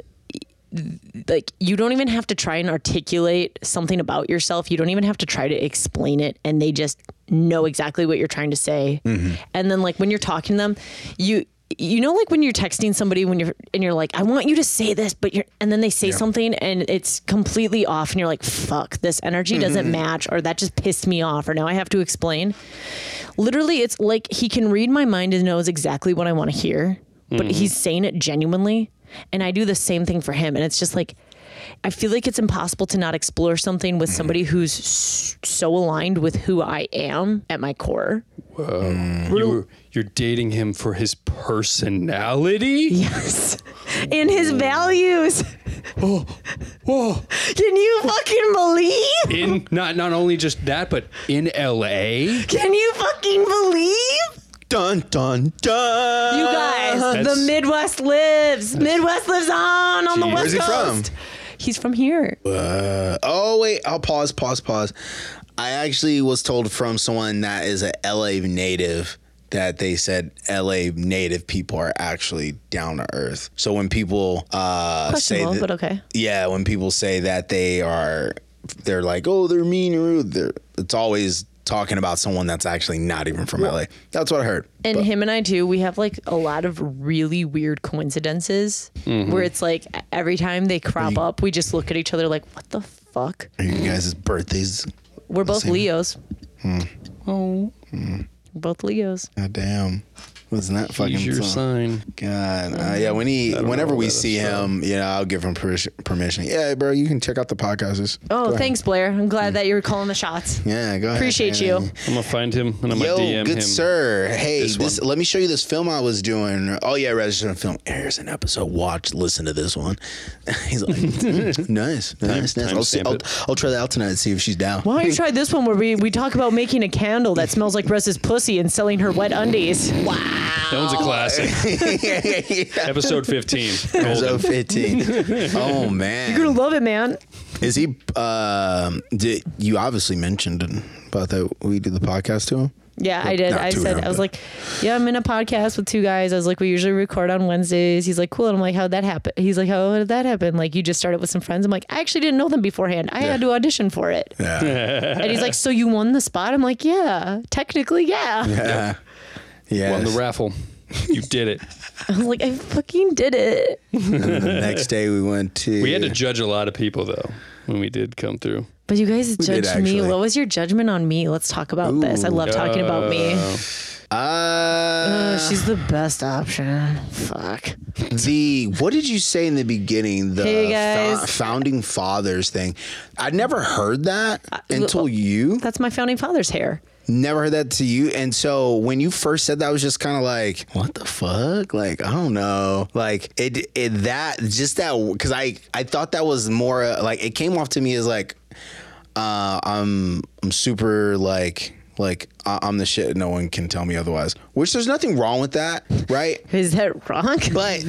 Speaker 2: like you don't even have to try and articulate something about yourself. You don't even have to try to explain it and they just know exactly what you're trying to say. And then like when you're talking to them, you you know like when you're texting somebody when you're and you're like I want you to say this but you're and then they say something and it's completely off and you're like fuck this energy doesn't match or that just pissed me off or now I have to explain. literally it's like he can read my mind and knows exactly what I want to hear, but he's saying it genuinely. And I do the same thing for him. And it's just like, I feel like it's impossible to not explore something with somebody who's s- so aligned with who I am at my core.
Speaker 1: You were, you're dating him for his personality?
Speaker 2: Yes. And his values.
Speaker 1: Whoa.
Speaker 2: Can you fucking believe?
Speaker 1: In not not only just that, but in LA.
Speaker 2: Can you fucking believe?
Speaker 4: Dun dun dun.
Speaker 2: You guys,
Speaker 1: That's-
Speaker 2: the Midwest lives. Midwest lives on on the
Speaker 1: Gee.
Speaker 2: West
Speaker 4: Where's he from?
Speaker 2: Coast. He's from here.
Speaker 4: Oh wait, I'll pause, pause, pause. I actually was told from someone that is a LA native that they said LA native people are actually down to earth. So when people uh say
Speaker 2: Questionable,
Speaker 4: that,
Speaker 2: but okay.
Speaker 4: yeah, when people say that they are, they're like, oh, they're mean and rude. They're, it's always talking about someone that's actually not even from LA. That's what I heard.
Speaker 2: And him and I too, we have like a lot of really weird coincidences where it's like every time they crop up, we just look at each other like, what the fuck?
Speaker 4: Are you guys' birthdays?
Speaker 2: We're both
Speaker 4: Same.
Speaker 2: Leos. Oh. Both Leos.
Speaker 4: God damn. Wasn't that fucking
Speaker 1: Use your
Speaker 4: song?
Speaker 1: sign.
Speaker 4: God, uh, yeah. When he, whenever we see him, you know, I'll give him permission. permission. Yeah, bro, you can check out the podcasters.
Speaker 2: Oh, thanks, Blair. I'm glad that you're calling the shots.
Speaker 4: Yeah, go ahead.
Speaker 2: Appreciate
Speaker 4: man.
Speaker 2: you.
Speaker 1: I'm gonna find him and I'm
Speaker 4: Yo,
Speaker 1: gonna DM
Speaker 4: good
Speaker 1: him.
Speaker 4: sir. Hey,
Speaker 1: This
Speaker 4: this let me show you this film I was doing. Oh yeah, registered in film. Here's an episode. Watch, listen to this one. He's like, nice, nice, nice.
Speaker 1: time
Speaker 4: I'll, see,
Speaker 1: stamp
Speaker 4: I'll,
Speaker 1: it.
Speaker 4: I'll try that out tonight and see if she's down.
Speaker 2: Why don't you try this one where we, we talk about making a candle that smells like Russ's pussy and selling her wet undies?
Speaker 1: That one's a classic. Episode 15.
Speaker 4: Episode
Speaker 1: Golden.
Speaker 4: 15. oh
Speaker 2: You're
Speaker 4: man,
Speaker 2: gonna love it, man.
Speaker 4: is he? Um, did you obviously mentioned about that we did the podcast to him?
Speaker 2: Yeah, I did.
Speaker 4: not
Speaker 2: I
Speaker 4: to
Speaker 2: said,
Speaker 4: him,
Speaker 2: I was
Speaker 4: but-
Speaker 2: like, yeah, I'm in a podcast with two guys. I was like, we usually record on Wednesdays. He's like, cool. And I'm like, how'd that happen? He's like, how did that happen? Like, you just started with some friends. I'm like, I actually didn't know them beforehand. I had to audition for it.
Speaker 4: Yeah,
Speaker 2: And he's like, so you won the spot? I'm like, yeah, technically, yeah.
Speaker 4: yeah, yeah.
Speaker 1: Won the raffle. You did it.
Speaker 2: I was like, I fucking did it.
Speaker 4: The next day we went to.
Speaker 1: We had to judge a lot of people though when we did come through.
Speaker 2: But you guys
Speaker 4: did,
Speaker 2: judged me.
Speaker 4: actually.
Speaker 2: What was your judgment on me? Let's talk about this. I love talking about me.
Speaker 4: Uh,
Speaker 2: Oh, she's the best option. Fuck.
Speaker 4: the what did you say in the beginning? The
Speaker 2: Hey, guys.
Speaker 4: fo- founding fathers thing. I never heard that until
Speaker 2: well-
Speaker 4: you.
Speaker 2: That's my founding father's hair.
Speaker 4: Never heard that to you. And so when you first said that, I was just kind of like, what the fuck? Like, I don't know. Like it, it that just that because I I thought that was more uh, like it came off to me as like, uh, I'm I'm super like. Like I- I'm the shit. No one can tell me otherwise. Which there's nothing wrong with that, right?
Speaker 2: Is that wrong?
Speaker 4: but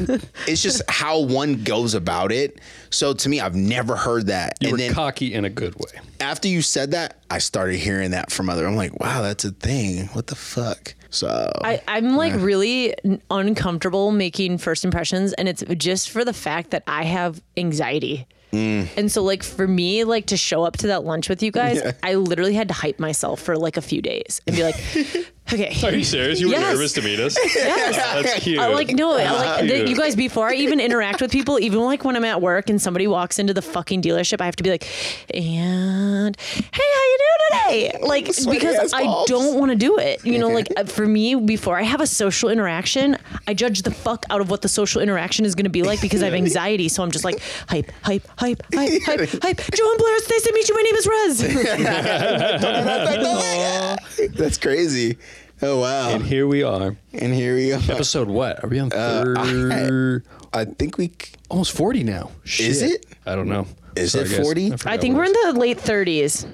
Speaker 4: it's just how one goes about it. So to me, I've never heard that.
Speaker 1: You
Speaker 4: and
Speaker 1: were
Speaker 4: then
Speaker 1: cocky in a good way.
Speaker 4: after you said that, I started hearing that from other. I'm like, wow, that's a thing. What the fuck? So
Speaker 2: I, I'm like really n- uncomfortable making first impressions, and it's just for the fact that I have anxiety. And so, like for me, like to show up to that lunch with you guys, I literally had to hype myself for like a few days and be like, "Okay,
Speaker 1: Are you serious? You were
Speaker 2: Yes.
Speaker 1: nervous to meet us.
Speaker 2: Yes.
Speaker 1: That's cute.
Speaker 2: I like no, I like
Speaker 1: Yeah.
Speaker 2: the, you guys. Before I even interact with people, even like when I'm at work and somebody walks into the fucking dealership, I have to be like, and hey, how you doing today? Like because
Speaker 4: ass
Speaker 2: I
Speaker 4: pops.
Speaker 2: don't want to do it. You know, like uh, for me, before I have a social interaction, I judge the fuck out of what the social interaction is going to be like because I have anxiety. So I'm just like hype, hype, hype, hype, hype, hype. Joan Blair, it's nice to meet you. My name is Rez.
Speaker 4: that's crazy. Oh wow!
Speaker 1: and here we are.
Speaker 4: And here we go.
Speaker 1: Episode what? Are we on
Speaker 4: Uh,
Speaker 1: third?
Speaker 4: I think we.
Speaker 1: almost 40 now. Shit.
Speaker 4: Is it?
Speaker 1: I don't know.
Speaker 4: Is it
Speaker 1: guys.
Speaker 4: 40?
Speaker 1: forgot
Speaker 2: I think
Speaker 1: what
Speaker 2: we're
Speaker 1: it
Speaker 2: in the late 30s.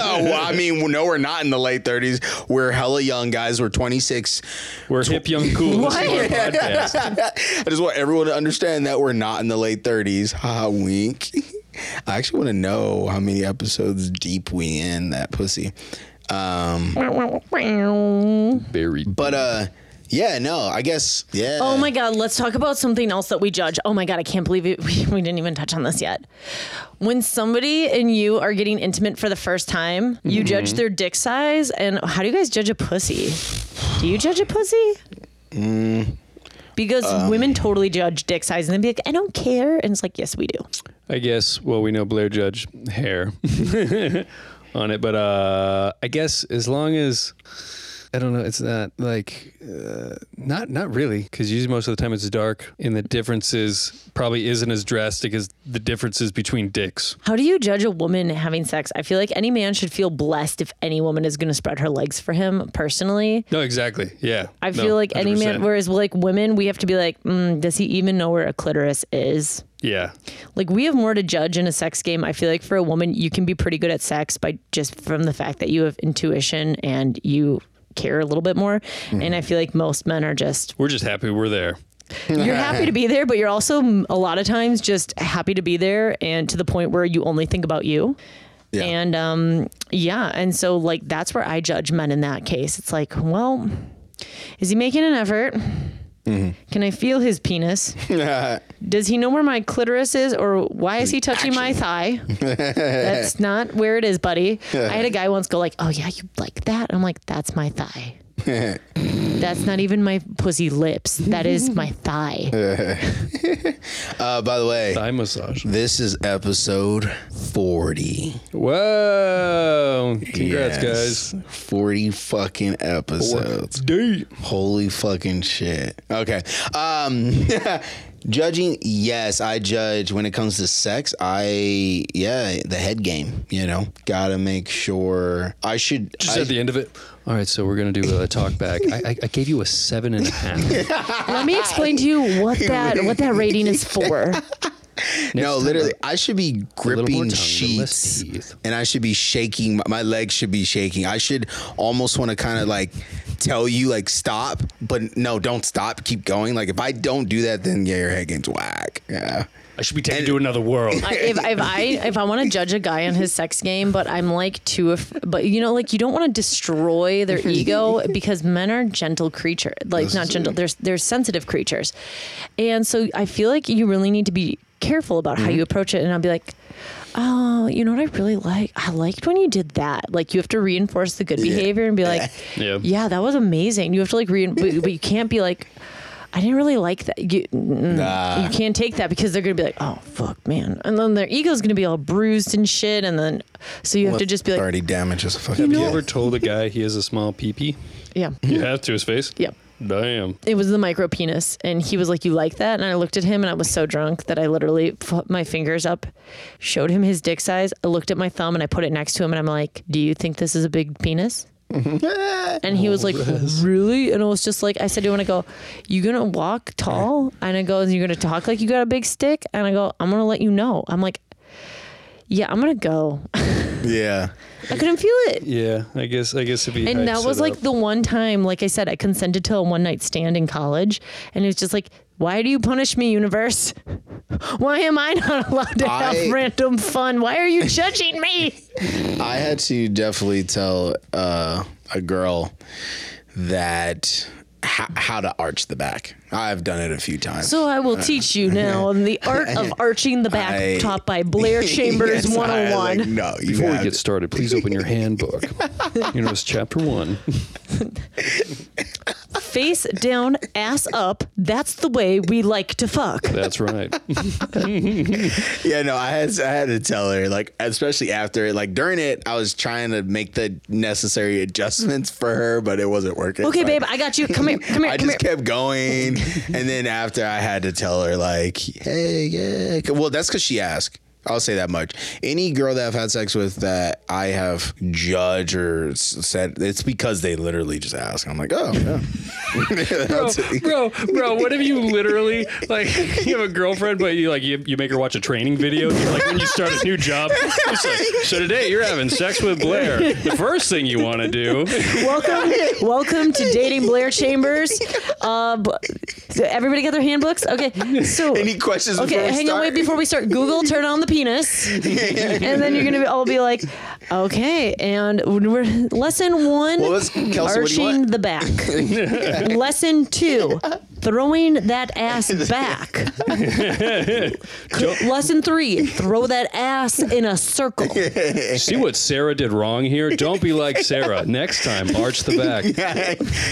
Speaker 4: oh, well, I mean, no, we're not in the late 30s. We're hella young guys. We're 26.
Speaker 1: was. We're hip, young, cool. This is our podcast.
Speaker 4: I just want everyone to understand that we're not in the late 30s. Haha, wink. I actually want to know how many episodes deep we in that pussy. Um,
Speaker 1: Buried.
Speaker 4: but uh, yeah, no, I guess yeah.
Speaker 2: Oh my God, let's talk about something else that we judge. Oh my God, I can't believe it. We, we didn't even touch on this yet. When somebody and you are getting intimate for the first time, you judge their dick size. And how do you guys judge a pussy? Do you judge a pussy? Because women totally judge dick size and then be like, I don't care. And it's like, yes, we do.
Speaker 1: I guess. Well, we know Blair Judge hair on it, but uh, I guess as long as I don't know. It's not like uh, not not really because usually most of the time it's dark, and the differences probably isn't as drastic as the differences between dicks.
Speaker 5: How do you judge a woman having sex? I feel like any man should feel blessed if any woman is going to spread her legs for him personally.
Speaker 1: No, exactly. Yeah,
Speaker 5: I feel like any man, whereas like women, we have to be like,
Speaker 2: Um,
Speaker 5: mm, does he even know where a clitoris is?
Speaker 1: yeah,
Speaker 5: Like we have more to judge in a sex game. I feel like for a woman, you can be pretty good at sex by just from the fact that you have intuition and you care a little bit more. And I feel like most men are just
Speaker 1: we're just happy we're there.
Speaker 5: you're happy to be there, but you're also mm, a lot of times just happy to be there and to the point where you only think about you.
Speaker 4: Yeah.
Speaker 5: And um yeah, and so like that's where I judge men in that case. It's like, well, is he making an effort? Can I feel his penis? Does he know where my clitoris is or why is he touching my thigh? that's not where it is, buddy. I had a guy once go like, "Oh yeah, you like that?" I'm like, "That's my thigh." That's not even my pussy lips. That is my thigh.
Speaker 4: Uh, by the way,
Speaker 1: Thigh massage.
Speaker 4: this is episode 40.
Speaker 1: Whoa! Congrats,
Speaker 4: Yes.
Speaker 1: guys.
Speaker 4: 40 fucking episodes.
Speaker 1: Deep.
Speaker 4: Holy fucking shit. Okay. Um judging, yes, I judge when it comes to sex. I yeah, the head game, you know. Got to make sure I should
Speaker 1: Just
Speaker 4: I-
Speaker 1: at the end of it. All right, so we're gonna do a talk back. I, I, I gave you a seven and a half.
Speaker 6: Let me explain to you what that what that rating is for.
Speaker 4: No, literally, I should be
Speaker 1: little more
Speaker 4: gripping
Speaker 1: tongue, but less
Speaker 4: sheets,
Speaker 1: teeth.
Speaker 4: and I should be shaking. My, my legs should be shaking. I should almost want to kind of like tell you like stop, but no, don't stop. Keep going. Like if I don't do that, then yeah, your head gets whack. Yeah,
Speaker 1: I should be taken to another world.
Speaker 5: I- if, if I if I want to judge a guy on his sex game, but I'm like too, af- but you know, like you don't want to destroy their ego because men are gentle creatures, like not gentle. They're they're sensitive creatures, and so I feel like you really need to be careful about how you approach it. And I'll be like, oh, you know what I really like? I liked when you did that. Like you have to reinforce the good behavior and be like,
Speaker 1: Yeah.
Speaker 5: yeah, that was amazing. You have to like rein, but, but you can't be like. I didn't really like that. You, mm, you can't take that because they're gonna be like, "Oh fuck, man," and then their ego's gonna be all bruised and shit, and then so you have to just be like,
Speaker 4: already damaged as a fucking.
Speaker 1: Have you
Speaker 4: kid.
Speaker 1: ever told a guy he has a small peepee?
Speaker 5: "Yeah,
Speaker 1: You have to his face.
Speaker 5: Yep.
Speaker 1: Damn.
Speaker 5: it was the micro penis," and he was like, "You like that?" And I looked at him, and I was so drunk that I literally put my fingers up, showed him his dick size. I looked at my thumb, and I put it next to him, and I'm like, "Do you think this is a big penis?" And he was like, "Really?" And I was just like, "I said, do you want to go? You gonna walk tall?" And I go, "You're gonna talk like you got a big stick?" And I go, "I'm gonna let you know." I'm like, "Yeah, I'm gonna go."
Speaker 4: yeah,
Speaker 5: I couldn't feel it.
Speaker 1: Yeah, I guess I guess if he
Speaker 5: And that
Speaker 1: hypes
Speaker 5: was
Speaker 1: it
Speaker 5: like
Speaker 1: up.
Speaker 5: the one time, like I said, I consented to a one night stand in college, and it was just like, "Why do you punish me, universe? Why am I not allowed to have
Speaker 4: I-
Speaker 5: random fun? Why are you judging me?"
Speaker 4: I had to definitely tell uh, a girl that how, how to arch the back. I've done it a few times.
Speaker 5: So I will teach you now on the art of arching the back,
Speaker 4: I-
Speaker 5: taught by Blair Chambers
Speaker 4: Yes, I,
Speaker 5: 101.
Speaker 4: like, no, you
Speaker 1: Before we
Speaker 4: have
Speaker 1: get started, please open your handbook. you know, it's chapter one.
Speaker 5: Face down, ass up. That's the way we like to fuck.
Speaker 1: That's right.
Speaker 4: Yeah, no, I had I had to tell her like, especially after like during it, I was trying to make the necessary adjustments for her, but it wasn't working.
Speaker 5: Okay,
Speaker 4: So I-
Speaker 5: babe, I got you. Come here, come here,
Speaker 4: I
Speaker 5: come
Speaker 4: just
Speaker 5: here.
Speaker 4: kept going, and then after I had to tell her like, "Hey, yeah." c- Well, that's because she asked. I'll say that much. Any girl that I've had sex with that I have judged or s- said, it's because they literally just ask. I'm like, oh, yeah. That's it.
Speaker 1: bro, bro, what if you literally like you have a girlfriend, but you like you, you make her watch a training video? You're like when you start a new job. it's like, so today you're having sex with Blair. The first thing you want to do.
Speaker 5: Welcome, welcome to dating Blair Chambers. Uh, b- so everybody got their handbooks. Okay, so
Speaker 4: Any questions before
Speaker 5: okay,
Speaker 4: we
Speaker 5: hang on,
Speaker 4: start?
Speaker 5: wait before we start. Google, turn on the penis, and then you're gonna be, all be like, okay, and we're lesson one,
Speaker 4: Well, let's- Kelsey, what do you
Speaker 5: arching
Speaker 4: want?
Speaker 5: the back. lesson two, throwing that ass back. Lesson three: throw that ass in a circle.
Speaker 1: See what Sarah did wrong here? Don't be like Sarah. Next time, arch the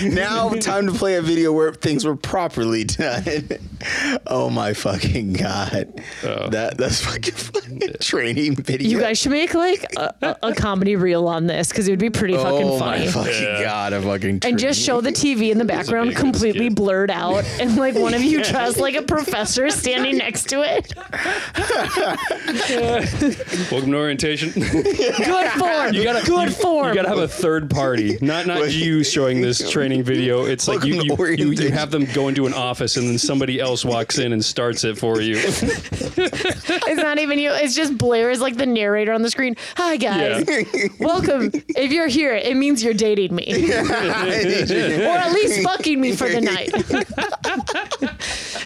Speaker 1: back.
Speaker 4: now time to play a video where things were properly done. oh my fucking god. That that's fucking funny. Training video.
Speaker 2: You guys should make like a, a, a comedy reel on this because it would be pretty fucking
Speaker 4: Oh
Speaker 2: funny.
Speaker 4: my fucking god, a fucking
Speaker 2: and just show the TV in the
Speaker 1: be a
Speaker 2: background
Speaker 1: good
Speaker 2: completely
Speaker 1: skit.
Speaker 2: blurred out, and like one of you dressed like a professor standing next to it.
Speaker 1: Welcome to orientation.
Speaker 2: Good form.
Speaker 1: You gotta,
Speaker 2: good
Speaker 1: you,
Speaker 2: form.
Speaker 1: You gotta have a third party, not not you showing this training video. It's like you you,
Speaker 4: Welcome to
Speaker 1: you you
Speaker 4: orientation.
Speaker 1: have them go into an office and then somebody else walks in and starts it for you.
Speaker 2: it's not even you. It's just Blair is like the narrator on the screen. Hi guys, welcome. If you're here, it means you're dating me,
Speaker 4: training.
Speaker 2: or at least fucking me for the night.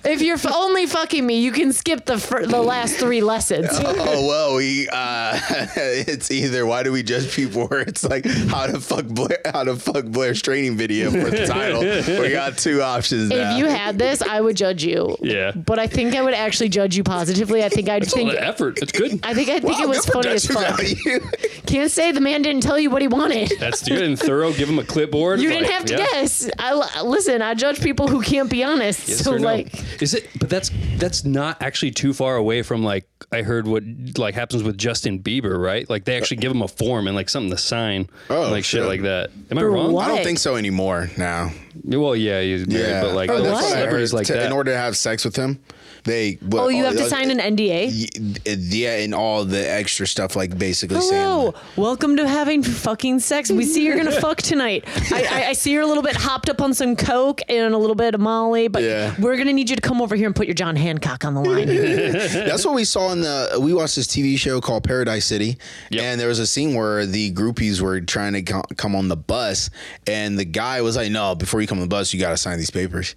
Speaker 2: if you're f- only fucking me, you can skip the fir- the last three lessons.
Speaker 4: oh well, we uh it's either why do we judge people or it's like how to fuck Blair how to fuck Blair's training video for the title. we got two options now.
Speaker 2: If you had this, I would judge you.
Speaker 1: Yeah.
Speaker 2: But I think I would actually judge you positively. I think I'd
Speaker 1: A lot
Speaker 2: think
Speaker 1: of effort. It's good.
Speaker 2: I think I think it was funny as
Speaker 4: Production
Speaker 2: fuck.
Speaker 4: value.
Speaker 2: Can't say the man didn't tell you what he wanted.
Speaker 1: That's good and thorough. Give them a clipboard.
Speaker 2: You
Speaker 1: Like,
Speaker 2: didn't have to
Speaker 1: yeah.
Speaker 2: guess. I li- listen. I judge people who can't be honest.
Speaker 1: Yes
Speaker 2: so
Speaker 1: or no?
Speaker 2: like,
Speaker 1: is it? But that's that's not actually too far away from like I heard what like happens with Justin Bieber, right? Like they actually give him a form and like something to sign,
Speaker 4: Oh,
Speaker 1: like shit
Speaker 4: shit.
Speaker 1: like that. Am I wrong?
Speaker 4: I
Speaker 2: what?
Speaker 4: don't think so anymore now.
Speaker 1: Well, yeah, he's married,
Speaker 4: Yeah,
Speaker 1: but like
Speaker 4: Oh,
Speaker 1: the
Speaker 4: that's what I
Speaker 1: celebrities
Speaker 4: heard.
Speaker 1: like
Speaker 4: To-
Speaker 1: that.
Speaker 4: In order to have sex with him, they.
Speaker 5: Oh, you have to sign an NDA.
Speaker 4: uh, Yeah, and all the extra stuff, like basically
Speaker 5: Hello,
Speaker 4: saying.
Speaker 5: welcome to having fucking sex. We see you're gonna fuck tonight. I, I, I see you're a little bit hopped up on some coke and a little bit of Molly, but
Speaker 4: Yeah.
Speaker 5: we're gonna need you to come over here and put your John Hancock on the line.
Speaker 4: That's what we saw in the. We watched this TV show called Paradise City, and there was a scene where the groupies were trying to co- come on the bus, and the guy was like, "No, before you come on the bus, you got to sign these papers."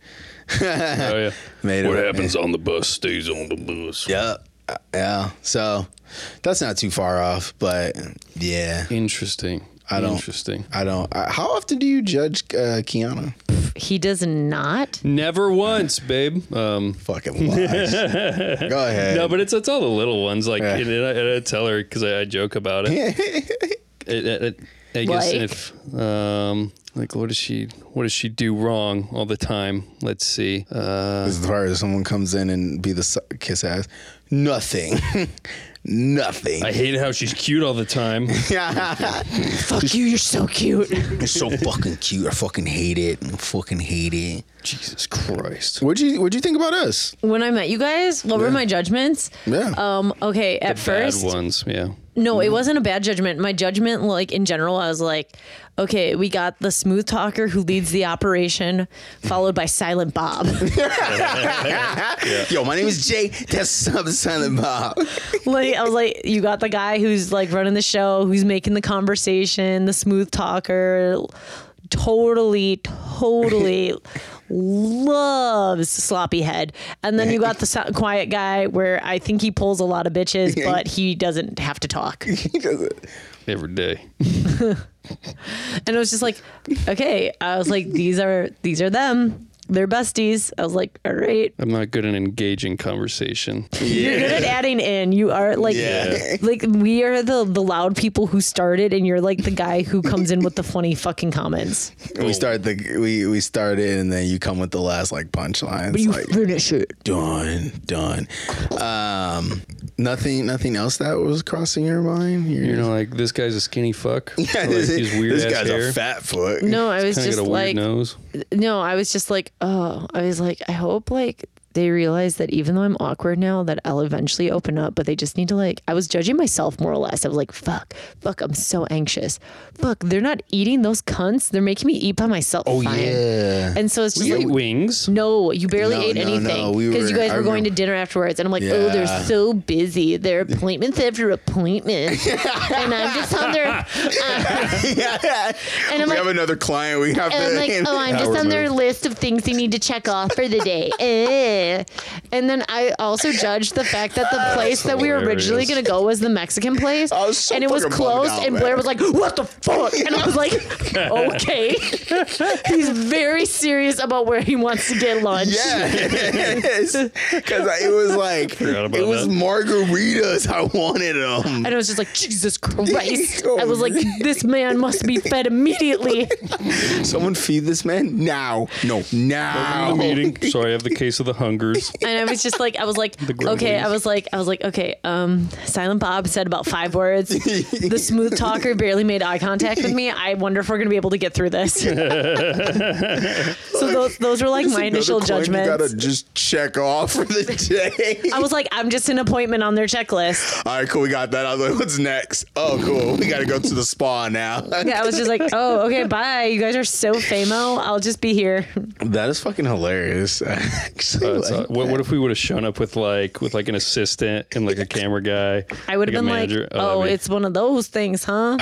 Speaker 1: oh, yeah.
Speaker 4: Made it.
Speaker 1: on the bus stays on the bus.
Speaker 4: Yeah, uh, yeah. So that's not too far off, but yeah,
Speaker 1: Interesting.
Speaker 4: I don't.
Speaker 1: Interesting.
Speaker 4: I don't. I, how often do you judge uh, Kiana?
Speaker 2: he does not.
Speaker 1: Never once, babe. Um,
Speaker 4: Fucking lies. Go ahead.
Speaker 1: no, but it's it's all the little ones. Like, and, I, and I tell her because I, I joke about it. It- it- it- I guess
Speaker 2: Like?
Speaker 1: if um, like what does she what does she do wrong all the time? Let's see. Uh,
Speaker 4: As far as someone comes in and be the su- kiss ass, nothing, nothing.
Speaker 1: I hate how she's cute all the time.
Speaker 2: Fuck you. You're so cute.
Speaker 4: It's so fucking cute. I fucking hate it. I fucking hate it.
Speaker 1: Jesus Christ.
Speaker 4: What'd you What'd you think about us?
Speaker 5: when I met you guys, what were my judgments?
Speaker 4: Yeah.
Speaker 5: Um. Okay. At first,
Speaker 1: Bad ones. Yeah.
Speaker 5: No,
Speaker 4: Mm-hmm.
Speaker 5: it wasn't a bad judgment. My judgment, like in general, I was like, okay, we got the smooth talker who leads the operation, followed by Silent Bob.
Speaker 4: Yo, my name is Jay. That's Sub Silent Bob.
Speaker 5: like I was like, you got the guy who's like running the show, who's making the conversation, the smooth talker, totally, totally loves sloppy head. And then you got the so- quiet guy where I think he pulls a lot of bitches, but he doesn't have to talk.
Speaker 1: Every day.
Speaker 5: and I was just like, okay. I was like, these are these are them. They're besties. I was like, all right.
Speaker 1: I'm not good at engaging conversation.
Speaker 5: You're good at adding in. You are like,
Speaker 1: Yeah.
Speaker 5: like we are the the loud people who started, and you're like the guy who comes in with the funny fucking comments.
Speaker 4: We start the we we start it, and then you come with the last like punchline. It's
Speaker 5: You
Speaker 4: like
Speaker 5: finish it.
Speaker 4: done, done. Um, nothing, nothing else that was crossing your mind. You're,
Speaker 1: You know, like this guy's a skinny fuck. Yeah, like,
Speaker 4: this,
Speaker 1: his weird
Speaker 4: this
Speaker 1: ass
Speaker 4: guy's
Speaker 1: hair.
Speaker 4: a fat foot.
Speaker 2: No, I was
Speaker 1: Kinda
Speaker 2: just
Speaker 1: got a weird
Speaker 2: like,
Speaker 1: nose.
Speaker 2: no, I was just like, oh, I was like, I hope like they realize that even though I'm awkward now, that I'll eventually open up, but they just need to like, I was judging myself more or less. I was like, fuck, fuck, I'm so anxious. Fuck, they're not eating those cunts. They're making me eat by myself. Oh,
Speaker 4: yeah.
Speaker 2: And so it's just like,
Speaker 1: wings.
Speaker 2: no, you barely
Speaker 4: No,
Speaker 2: ate
Speaker 4: no, no,
Speaker 2: anything
Speaker 4: we
Speaker 2: because
Speaker 4: were-
Speaker 2: you guys
Speaker 4: I
Speaker 2: were going
Speaker 4: remember-
Speaker 2: to dinner afterwards, and I'm like, oh, they're
Speaker 4: Yeah.
Speaker 2: so busy. They're appointments after appointment, and I'm just on their, and I'm
Speaker 4: we
Speaker 2: like,
Speaker 4: have another client. We have
Speaker 2: and I'm
Speaker 4: to.
Speaker 2: like, oh, I'm just
Speaker 1: Power
Speaker 2: on their
Speaker 1: move.
Speaker 2: list of things they need to check off for the day. Eh. And then I also judged the fact that the place that we were originally
Speaker 1: hilarious.
Speaker 2: going to go was the Mexican place.
Speaker 4: I was so
Speaker 2: and it was
Speaker 4: fucking bummed
Speaker 2: closed.
Speaker 4: out,
Speaker 2: and
Speaker 4: man.
Speaker 2: Blair was like, what the fuck? And I was like, okay. He's very serious about where he wants to get lunch.
Speaker 4: Yes, because it was like
Speaker 1: Forgot about
Speaker 4: it was
Speaker 1: that.
Speaker 4: margaritas. I wanted them.
Speaker 2: And I was just like, Jesus Christ. I was like, this man must be fed immediately.
Speaker 4: Someone feed this man now. No, now.
Speaker 1: The meeting. Sorry, I have the case of the hungers.
Speaker 5: and I was just like, I was like, okay,
Speaker 1: grumblings.
Speaker 5: I was like, I was like, okay. Um, Silent Bob said about five words. the smooth talker barely made eye contact with me. I wonder if we're gonna be able to get through this. so those those were like my
Speaker 4: Another
Speaker 5: initial
Speaker 4: claim You gotta
Speaker 5: judgments.
Speaker 4: just check off for the day.
Speaker 5: I was like, I'm just an appointment on their checklist.
Speaker 4: All right, cool. We got that. I was like, what's next? Oh, cool. We gotta go to the spa now.
Speaker 5: Yeah, I was just like, oh, okay, bye. You guys are so famo. I'll just be here.
Speaker 4: That is fucking hilarious. Actually,
Speaker 1: That's, uh, what, what if we would have shown up with like with like an assistant and like a camera guy?
Speaker 5: I would have
Speaker 1: a
Speaker 5: been like,
Speaker 1: manager?
Speaker 5: oh,
Speaker 1: that'd be-
Speaker 5: it's one of those things, huh?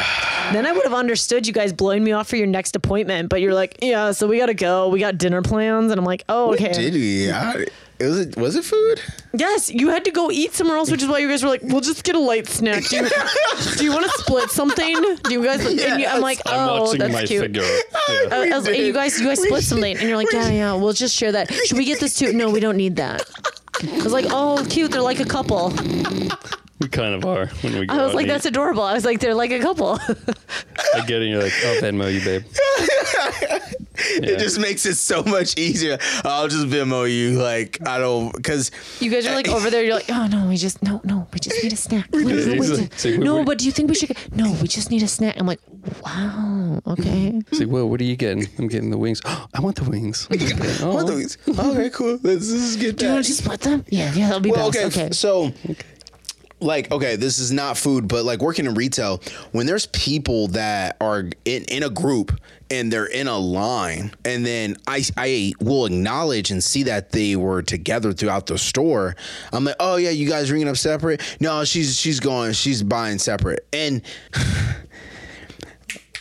Speaker 5: then I would have understood you guys blowing me off for your next appointment, but you're like, yeah, so we got to go. We got dinner plans. And I'm like, oh, okay.
Speaker 4: did we? I, it was it was it food?
Speaker 5: yes, you had to go eat somewhere else, which is why you guys were like, we'll just get a light snack. Do you, do you want to split something? Do you guys? And you, I'm like,
Speaker 1: I'm
Speaker 5: oh,
Speaker 1: watching
Speaker 5: that's
Speaker 1: my
Speaker 5: cute.
Speaker 1: figure. Yeah.
Speaker 5: I was like, you guys, you guys split something, and you're like, yeah, yeah, we'll just share that. Should we get this too? No, we don't need that. I was like, oh, cute, they're like a couple.
Speaker 1: we kind of are when we go.
Speaker 5: I was like, that's adorable. I was like, they're like a couple.
Speaker 1: I get it. You're like, oh, Venmo you, babe.
Speaker 4: It just makes it so much easier. I'll just Venmo you. Like I don't because
Speaker 5: You guys are like over there. You're like, oh no, we just no, no, we just need a snack.
Speaker 1: He's
Speaker 5: We- we
Speaker 1: like-
Speaker 5: just-
Speaker 1: he's like,
Speaker 5: no,
Speaker 1: "What-
Speaker 5: but do you think we should? get-" No, we just need a snack. I'm like, wow, okay.
Speaker 1: He's like, whoa, what are you getting? I'm getting the wings. I want the wings. Oh,
Speaker 4: what the weeks? Okay, cool. Let's, let's get
Speaker 5: You
Speaker 4: that.
Speaker 5: want to split them? Yeah, yeah, that'll be
Speaker 4: Well,
Speaker 5: best.
Speaker 4: okay,
Speaker 5: Okay.
Speaker 4: f- so. Like okay, this is not food, but like working in retail, when there's people that are in, in a group and they're in a line, and then I I will acknowledge and see that they were together throughout the store. I'm like, oh yeah, you guys ringing up separate? No, she's she's going, she's buying separate, and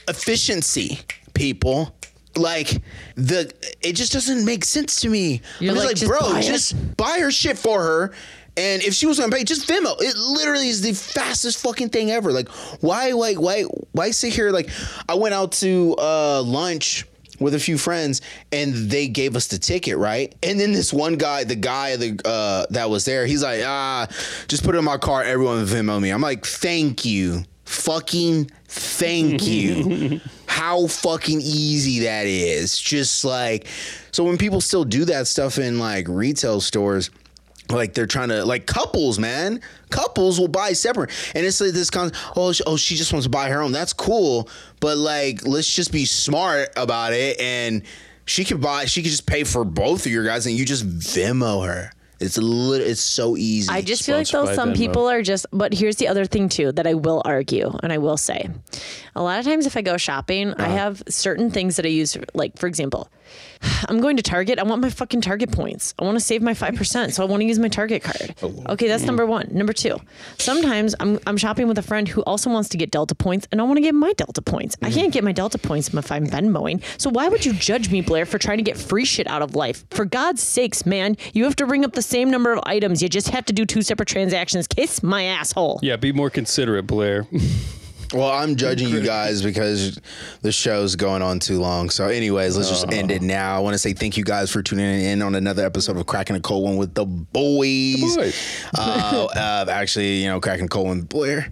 Speaker 4: efficiency, people. Like the, it just doesn't make sense to me. I was
Speaker 5: like,
Speaker 4: like,
Speaker 5: "Just
Speaker 4: bro,
Speaker 5: buy it."
Speaker 4: just buy her shit for her. And if she was gonna pay, just Venmo. It literally is the fastest fucking thing ever. Like, why, like, why, why sit here? Like, I went out to uh, lunch with a few friends, and they gave us the ticket, right? And then this one guy, the guy the uh, that was there, he's like, ah, just put it in my car. Everyone Venmo me. I'm like, thank you, fucking thank you. How fucking easy that is. Just like, so when people still do that stuff in like retail stores, like they're trying to like couples, man. Couples will buy separate, and it's like this con. Oh, she, oh, she just wants to buy her own. That's cool, but like, let's just be smart about it. And she could buy. She could just pay for both of your guys, and you just Venmo her. It's a little. It's so easy.
Speaker 5: I just feel like though
Speaker 1: Sponsored by
Speaker 5: some
Speaker 1: Venmo.
Speaker 5: people are just. But here's the other thing too that I will argue and I will say, a lot of times if I go shopping, I
Speaker 1: Uh-huh.
Speaker 5: have certain things that I use. Like for example, I'm going to Target. I want my fucking Target points. I want to save my five percent, so I want to use my Target card.
Speaker 1: Oh,
Speaker 5: Okay,
Speaker 1: Mm.
Speaker 5: that's number one. Number two, sometimes I'm I'm shopping with a friend who also wants to get Delta points, and I want to get my Delta points.
Speaker 1: Mm.
Speaker 5: I can't get my Delta points if I'm Venmoing. So why would you judge me, Blair, for trying to get free shit out of life? For God's sakes, man, you have to ring up the same number of items. You just have to do two separate transactions. Kiss my asshole.
Speaker 1: Yeah, be more considerate, Blair.
Speaker 4: well, I'm judging you guys because the show's going on too long. So, anyways, let's just end it now. I want to say thank you guys for tuning in on another episode of Cracking a Cold One with the boys.
Speaker 1: boys.
Speaker 4: uh, uh, actually, you know, Cracking a Cold One with Blair.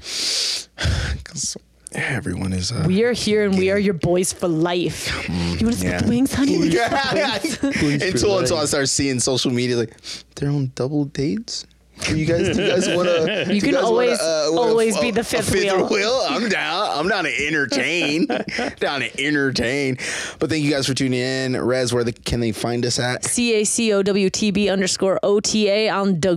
Speaker 4: 'Cause everyone is. Uh,
Speaker 5: We are here and we are your boys for life. You want to split
Speaker 4: Yeah.
Speaker 5: the wings, honey? We just-
Speaker 4: Yeah. until until I start seeing social media like they're on double dates. Do you guys, do you guys want to? You
Speaker 5: can
Speaker 4: guys
Speaker 5: always-
Speaker 4: wanna, uh, wanna-
Speaker 5: always be
Speaker 4: a-
Speaker 5: the
Speaker 4: a
Speaker 5: fifth
Speaker 4: fifth
Speaker 5: wheel.
Speaker 4: I'm down. I'm down to entertain. down to entertain. But thank you guys for tuning in. Rez, where the, can they find us at?
Speaker 5: C A C O W T B underscore O T A on the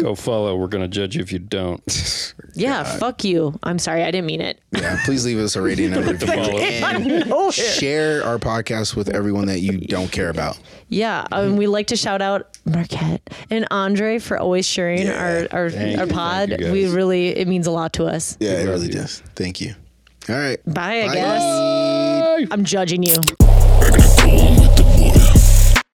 Speaker 1: Go follow. We're gonna judge you if you don't.
Speaker 5: Yeah, fuck you. I'm sorry, I didn't mean it.
Speaker 4: Yeah, please leave us a rating and a review
Speaker 1: follow.
Speaker 4: and share our podcast with everyone that you don't care about.
Speaker 5: Yeah, um, we like to shout out Marquette and Andre for always sharing
Speaker 4: Yeah,
Speaker 5: our our,
Speaker 1: thank
Speaker 5: our
Speaker 1: you,
Speaker 5: pod.
Speaker 1: thank you
Speaker 5: We
Speaker 1: guys.
Speaker 5: really it means a lot to us.
Speaker 4: Yeah, it really does. Thank you. All right.
Speaker 5: Bye, I guess. I'm judging you.